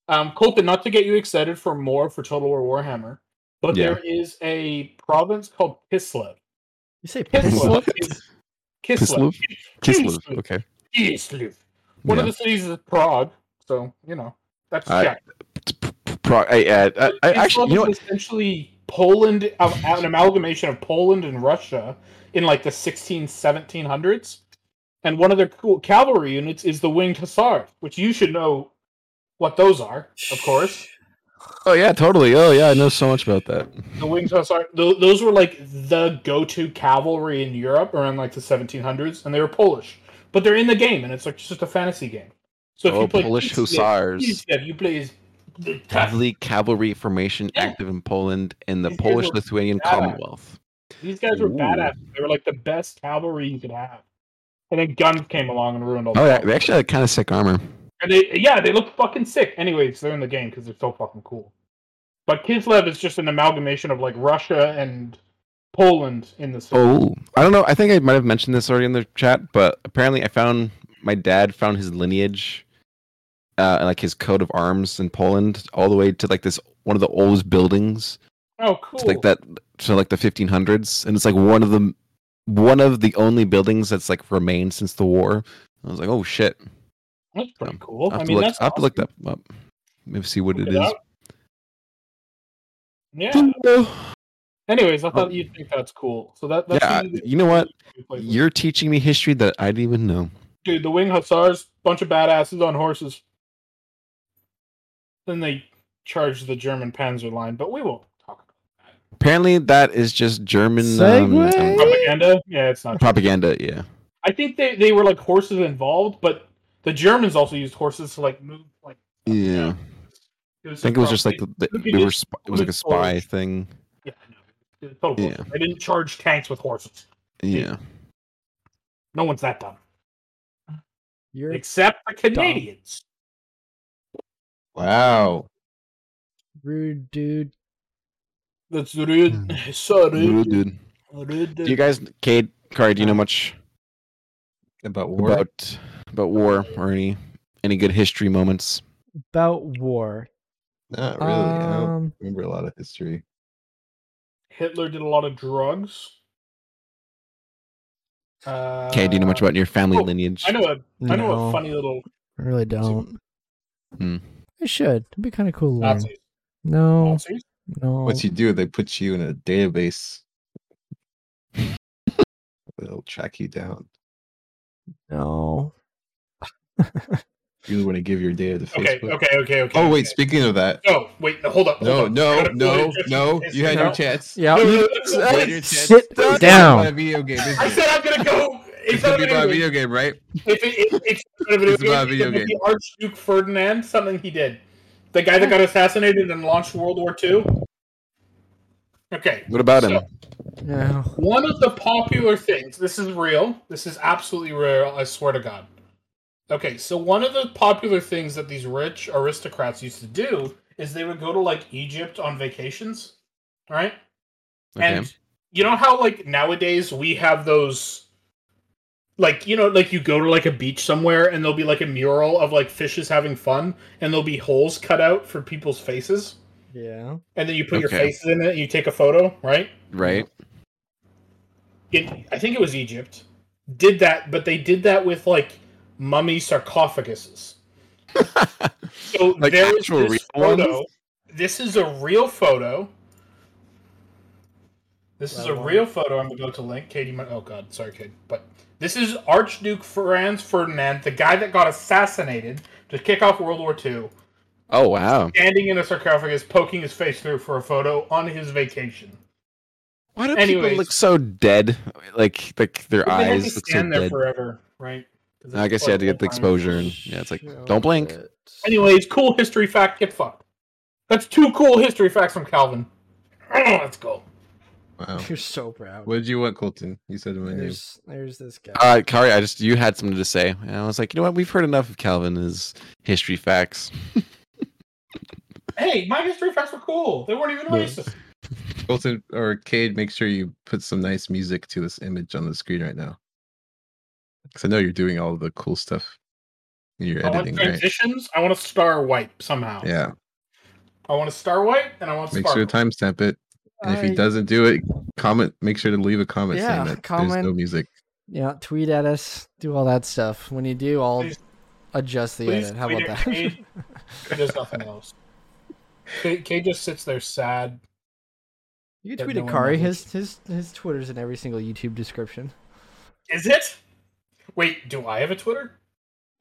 A: Um, Colton, not to get you excited for more for Total War Warhammer, but
D: Yeah.
A: there is a province called Kislev.
B: You say
A: Kislev
D: Kislev?
A: is Kislev.
D: Kislev. Okay.
A: Kislev. One
D: yeah.
A: of the cities is Prague, so you know that's
D: I-
A: Czech.
D: Pro- I, I, I, I actually, you
A: Kislev
D: know what?
A: is essentially Poland, of- an amalgamation of Poland and Russia in like the 16, 1700s. And one of their cool cavalry units is the winged hussars, which you should know what those are, of course.
D: Oh yeah, totally. Oh yeah, I know so much about that.
A: The winged hussars, th- those were like the go-to cavalry in Europe around like the 1700s, and they were Polish. But they're in the game, and it's like just a fantasy game. So if
D: oh,
A: you play
D: Polish
A: Kislev-
D: hussars,
A: Kislev, you play as the
D: heavily cavalry formation
A: Yeah.
D: active in Poland and the
A: These guys were
D: Polish-Lithuanian
A: badass.
D: Commonwealth.
A: These guys were
D: Ooh.
A: badass. They were like the best cavalry you could have. And then guns came along and ruined all.
D: Oh
A: the
D: yeah,
A: cavalry.
D: they actually had kind of sick armor.
A: And they, yeah, they look fucking sick. Anyways, they're in the game because they're so fucking cool. But Kislev is just an amalgamation of like Russia and Poland in the city.
D: Oh, I don't know. I think I might have mentioned this already in the chat, but apparently I found my dad found his lineage, uh, and, like his coat of arms in Poland, all the way to like this one of the oldest buildings,
A: Oh, cool.
D: to, like that to like the 1500s, and it's like one of the one of the only buildings that's like remained since the war. I was like, oh shit,
A: That's pretty
D: Um,
A: cool.
D: I have,
A: Oh, I
D: to
A: mean,
D: look,
A: that's
D: I have to look
A: awesome.
D: that up. Maybe see what it
A: Look it
D: is. Hmm.
A: up. Yeah. Anyways, I thought
D: Um,
A: you'd think that's cool. So that that's
D: Yeah,
A: one of the-
D: you know what?
A: places.
D: You're teaching me history that I didn't even know.
A: dude, the wing hussars, bunch of badasses on horses. Then they charged the German Panzer line, but we won't talk
D: Apparently, that is just German um, um,
B: Segway?
A: about propaganda. Yeah, it's not.
D: propaganda. Yeah.
A: I think they they were like horses involved, but the Germans also used horses to like move like.
D: Yeah.
A: It
D: I
A: was
D: think it was just like the, the,
A: Look at
D: they were
A: this
D: sp- it was like a spy
A: Polish.
D: thing.
A: yeah, I know. It was total bullshit.
D: Yeah.
A: They didn't charge tanks with horses.
D: Yeah.
A: No one's that dumb,
B: You're
A: except the Canadians.
C: Wow.
B: rude, dude.
A: That's rude.
D: Hmm.
A: So
D: Ooh,
A: rude.
D: dude.
A: Rude.
D: Do you guys, Cade, Kari, do you know much
C: About war.
D: about about war or any any good history moments?
B: About war.
C: Not really. I don't
B: Um,
C: remember a lot of history.
A: Hitler did a lot of drugs. Uh,
D: Cade, do you know much about your family
A: oh,
D: lineage?
A: I know a, I know
B: no,
A: a funny little
B: I really don't.
D: Hmm.
B: I should. It'd be kind of cool. To learn.
A: Nazi.
B: No,
A: Nazis.
B: no.
C: What you do, they put you in a database. They'll track you down.
B: No.
C: You really want to give your data to
A: Okay,
C: Facebook.
A: okay, okay, okay.
C: Oh
A: okay.
C: wait, speaking of that.
A: No, wait, no, hold up.
C: Oh, No,
A: hold
C: no,
A: up. I gotta
C: no,
A: finish this
C: no.
A: because-
C: You had
A: No.
C: your chance.
A: No,
B: Yeah.
A: no, no, no,
C: You
A: wait.
C: had your chance.
B: Sit
C: Don't talk
B: down.
C: about a video game. This
A: I
C: is-
A: said I'm gonna go.
C: It's
A: It's not
C: gonna be
A: about
C: about a
A: video.
C: video game, right?
A: If it, it, it's not about a
C: It's about a
A: video
C: video
A: game, it's
C: game.
A: the Archduke Ferdinand, something he did. The guy that got assassinated and launched World War II. Okay,
D: What about him?
A: So-
B: No.
A: One of the popular things, this is real, this is absolutely real, I swear to God. Okay, so one of the popular things that these rich aristocrats used to do is they would go to like Egypt on vacations, right?
D: Okay.
A: And you know how like nowadays we have those like you know like you go to like a beach somewhere and there'll be like a mural of like fishes having fun and there'll be holes cut out for people's faces
B: Yeah.
A: and then you put your
D: Okay.
A: faces in it and you take a photo, right?
D: Right.
A: it, I think it was Egypt, did that, but they did that with like mummy sarcophaguses. So
D: Like
A: there is
D: actual
A: this
D: real ones?
A: photo. This is a real photo. This is
B: That
A: a
B: one.
A: real photo. I'm gonna go to link. Katie, might, oh god, sorry, Kate. But this is Archduke Franz Ferdinand, the guy that got assassinated to kick off World War II,
D: Oh wow.
A: standing in a sarcophagus, poking his face through for a photo on his vacation.
D: Why do people
A: Anyways.
D: look so dead? Like like their
A: They had to
D: eyes look so
A: stand there
D: dead.
A: forever, right? 'Cause
D: I
A: it's
D: guess you had to
A: horrible
D: get the
A: time.
D: exposure, and yeah, it's like don't blink.
B: Shit.
A: Anyways, cool history fact. Get fucked. That's two cool history facts from Calvin. Let's go.
C: Wow.
B: You're so proud.
C: Oh. What did you want, Colton? You said my name.
B: There's, there's this guy.
D: Uh, Kari, I just you had something to say, and I was like, you know what? We've heard enough of Calvin's history facts.
A: Hey, my history facts were cool. They weren't even
C: No.
A: racist.
C: Colton or Cade, make sure you put some nice music to this image on the screen right now. Because I know you're doing all the cool stuff. You're
A: I want
C: editing, right?
A: transitions. I want to star wipe somehow.
C: Yeah.
A: I want to star wipe, and I want
C: Make
A: spark.
C: sure to timestamp it. And if he
B: I-
C: doesn't do it, comment. Make sure to leave a comment
B: Yeah,
C: saying that there's no
B: comment.
C: music.
B: yeah, tweet at us, do all that stuff. When you do, I'll
A: Please-
B: adjust the
A: please
B: edit. How
A: tweet
B: about
A: at
B: that?
A: me. He does nothing else. K, K just sits there sad.
B: you
A: that
B: can tweet
A: no
B: at
A: one
B: Kari.
A: knows.
B: His his his Twitter's in every single YouTube description.
A: Is it? Wait, do I have a Twitter?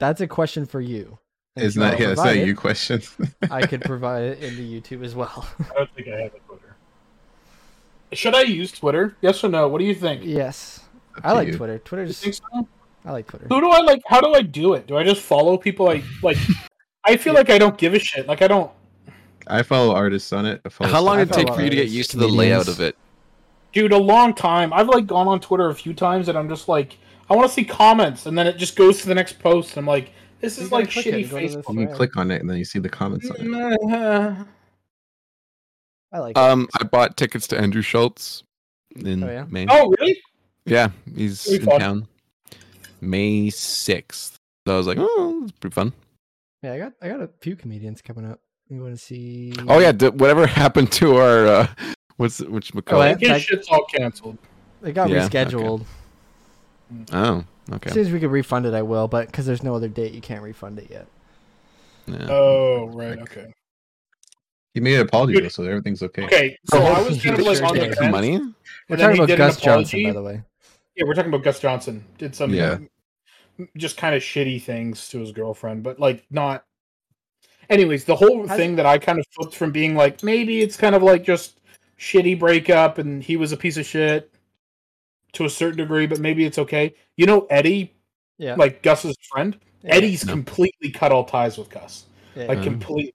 B: That's a question for you. And if
C: It's
B: you
C: not.
B: wanna
C: Yeah, it's not
B: provide
C: you
B: it,
C: question.
B: I could provide it in the YouTube as well.
A: I don't think I have a Twitter. Should I use Twitter? Yes or no? What do you think?
B: yes,
C: Up
B: I
C: to
B: like
C: you.
B: Twitter.
A: You
B: Twitter's
A: think so?
B: I like Twitter.
A: Who do I like? How do I do it? Do I just follow people? I like. I feel like I don't give a shit. Like I don't,
C: I follow artists on it. I follow
D: How long
B: I
D: did it
B: follow
D: take for you to get
B: artists,
D: used to the layout
B: comedians.
D: of it?
A: dude. A long time. I've like gone on Twitter a few times, and I'm just like, I want to see comments, and then it just goes to the next post, and I'm like, this
B: You
A: is
B: gotta
A: like
B: click it,
A: shitty
B: go to
A: Facebook.
B: the
C: You can
B: Right.
C: click on it and then you see the comments on
A: Mm.
C: it.
B: I like. it.
D: Um, I bought tickets to Andrew Schultz in
B: Oh, yeah?
D: May.
A: Oh really?
D: Yeah, he's
A: Pretty
D: in
A: fun.
D: town. May sixth. So I was like, oh, it's pretty fun.
B: yeah, I got I got a few comedians coming up. You want to see?
D: Oh yeah, d- whatever happened to our uh, what's which
A: Oh,
D: McCullough?
B: yeah.
A: like his
B: Like-
A: shit's all canceled.
B: it got
D: Yeah, okay.
B: rescheduled.
D: Oh,
B: As
D: okay.
B: soon as we can refund it, I will. But because there's no other date, you can't refund it yet.
D: Yeah.
A: Oh right, okay.
C: He made an apology
A: Dude.
C: though, so everything's okay.
A: Okay, so I was kind of like on the
D: Take
A: fence.
D: the money.
B: We're
A: then he
B: talking about
A: did an
B: Gus Johnson, by
A: apology.
B: the way.
A: Yeah, we're talking about Gus Johnson. Did some
C: Yeah.
A: just kind of shitty things to his girlfriend, but like not. Anyways, the whole
B: Has-
A: thing that I kind of flipped from being like maybe it's kind of like just shitty breakup and he was a piece of shit to a certain degree, but maybe it's okay. You know Eddie,
B: Yeah.
A: like Gus's friend.
B: Yeah.
A: Eddie's
D: No.
A: completely cut all ties with Gus,
B: Yeah.
A: like
D: Oh.
A: completely.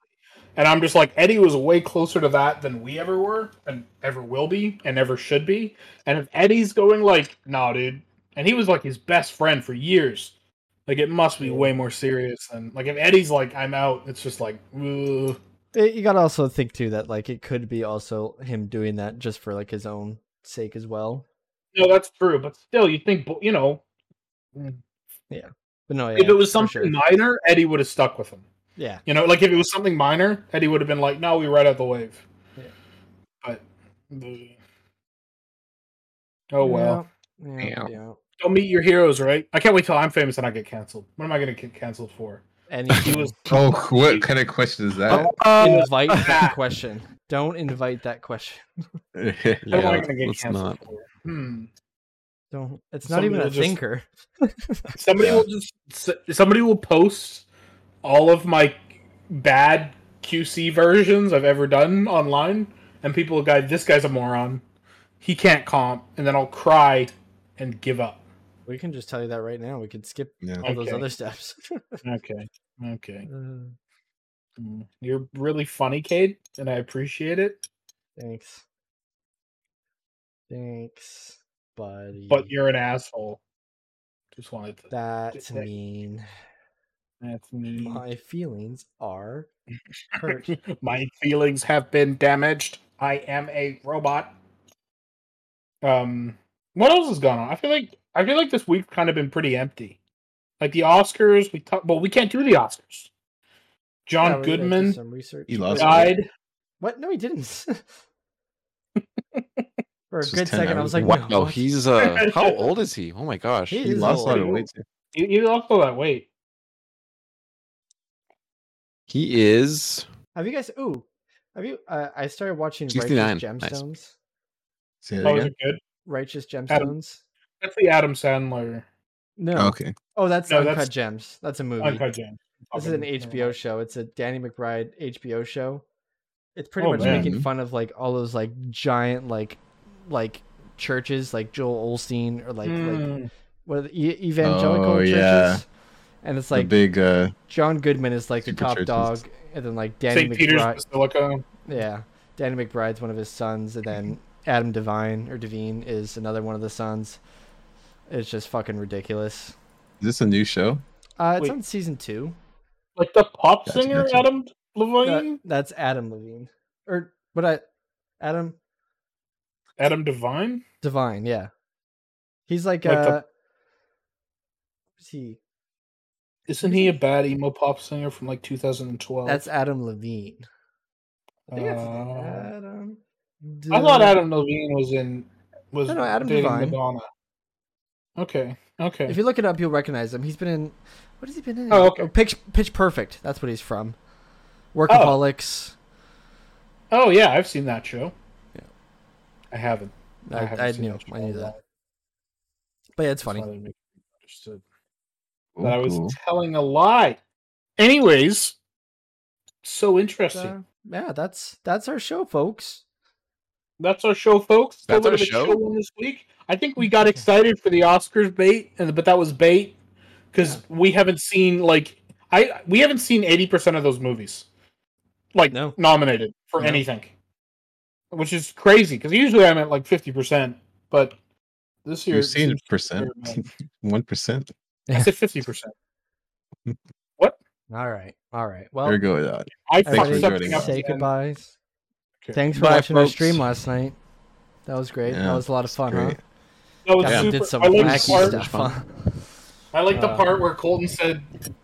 A: And I'm just like Eddie was way closer to that than we ever were, and ever will be, and ever should be. And if Eddie's going like, nah, dude, and he was like his best friend for years, like it must be way more serious than like if Eddie's like, I'm out. It's just like, ugh.
B: Eh, you gotta also think too that like it could be also him doing that just for like his own sake as well.
A: no, that's true. But still, you think, bo- you know,
B: But no, Mm. yeah,
A: if it was
B: for
A: something
B: sure.
A: minor, Eddie would have stuck with him.
B: yeah,
A: You know, like if it was something minor, Eddie would have been like, "No, we ride out the wave."
B: Yeah.
A: But the- oh well,
B: yeah,
C: Yeah.
B: yeah,
A: don't meet your heroes, right? I can't wait till I'm famous and I get canceled. What am I going to get canceled for?
B: and you
A: He was
C: Oh, what kind of question is that?
B: invite that question. Don't invite that question.
A: what am I
D: Yeah,
A: going to get
D: let's
A: canceled
D: not.
A: for? Hmm.
B: Don't. It's not
A: Somebody
B: even
A: will
B: a
A: just-
B: thinker.
A: Somebody
C: Yeah.
A: will just s- somebody will post all of my bad QC versions I've ever done online, and people will go, "This guy's a moron. He can't comp," and then I'll cry and give up.
B: We can just tell you that right now. We could skip
C: Yeah.
B: all those
A: Okay.
B: other steps.
A: Okay. Okay.
B: Uh,
A: Mm. You're really funny, Cade, and I appreciate it.
B: Thanks. Thanks, buddy.
A: But you're an asshole. Just wanted to.
B: That's
A: that-
B: mean.
A: That's me.
B: My feelings are hurt.
A: My feelings have been damaged. I am a robot. Um, what else has gone on? I feel like I feel like this week kind of been pretty empty. Like the Oscars, we talk, but we can't do the Oscars. John
B: Yeah, we gotta do
A: Goodman
B: Some research.
C: He lost
B: Wait,
C: it.
A: died.
B: What? No, he didn't. For a
C: This was 10
B: good second, I
C: hours
B: was like,
D: Wow,
B: no, what?
D: he's uh, how old is he? Oh my gosh,
B: He
C: He
B: is
C: lost a
B: old.
C: lot of weight. too.
A: You, you lost all that weight.
D: he is.
B: Have you guys? Ooh, have you? Uh, I started watching
D: 69,
B: Righteous
D: nice.
B: Gemstones.
C: Say that
A: That was
C: again?
A: Oh, good.
B: Righteous Gemstones.
A: Adam- That's the Adam Sandler
B: No.
C: Oh, okay.
B: Oh, that's
A: No,
B: Uncut
A: that's-
B: Gems. That's a movie.
A: Uncut Gems.
B: This is an
A: Fucking-
B: HBO show. It's a Danny McBride HBO show. It's pretty
A: Oh,
B: much
A: man.
B: making fun of like all those like giant like like churches like Joel Olstein or like like
A: Mm.
B: what are the e- evangelical
C: Oh,
B: churches.
C: yeah.
B: And it's
C: The
B: like
C: big. Uh,
B: John Goodman is like the
C: Super
B: top
C: churches.
B: dog, and then like Danny
A: St. Peter's
B: McBride.
A: Basilica.
B: Yeah, Danny McBride's one of his sons, and then Adam Devine or Devine is another one of the sons. It's just fucking ridiculous.
C: is this a new show?
B: Uh, it's
A: Wait.
B: on season two.
A: Like the pop
C: That's
A: singer
C: amazing.
A: Adam Levine?
B: That- that's Adam Levine, or what? I Adam
A: Adam Devine?
B: Divine, yeah. He's like,
A: Like the-
B: uh, who's he?
A: Isn't he a bad emo pop singer from like 2012?
B: That's Adam Levine.
A: I think that's Uh,
B: Adam.
A: I thought Adam Levine was in was
B: No, no, Adam
A: dating
B: Devine.
A: Madonna. Okay, okay.
B: If you look it up, you'll recognize him. He's been in. What has he been in?
A: Oh, okay.
B: Pitch Pitch Perfect. That's what he's from. Workaholics.
A: oh yeah, I've seen that show.
B: Yeah.
A: I haven't.
B: I,
A: haven't
B: I
A: seen
B: knew.
A: that show
B: I
A: in
B: knew
A: a
B: that.
A: while.
B: But yeah,
A: That's
B: it's funny.
A: why they make me understood
C: Oh,
A: that I was
C: cool.
A: telling a lie. Anyways, so interesting.
B: So, Uh, yeah, that's that's our show, folks.
A: That's our show, folks. It's a
D: That's
A: little
D: our
A: bit of
D: show?
A: on this week. I think
B: Mm-hmm.
A: we got excited for the Oscars bait, and but that was bait because we haven't seen like I we haven't seen eighty percent of those movies like
B: No.
A: nominated for
B: No.
A: anything, which is crazy because usually I'm at like fifty percent, but this year
C: You've
A: it
C: seen
A: seems to be
C: percent,
A: very bad.
C: one percent.
A: I said fifty percent.
B: All right, all right. Well,
C: There we go with that.
A: I
C: Thanks for
A: fucked something
C: joining
A: up.
C: us.
B: Say
A: again.
B: goodbyes.
A: Okay.
B: Thanks for
D: Bye,
B: watching our
D: folks.
B: stream last night. That was great.
C: Yeah,
B: that was a lot of fun, huh?
C: great.
A: That was
B: Definitely
A: super.
B: Did some
A: I like
B: wacky
A: the part.
B: stuff. huh?
A: I like the
B: Uh,
A: part where Colton said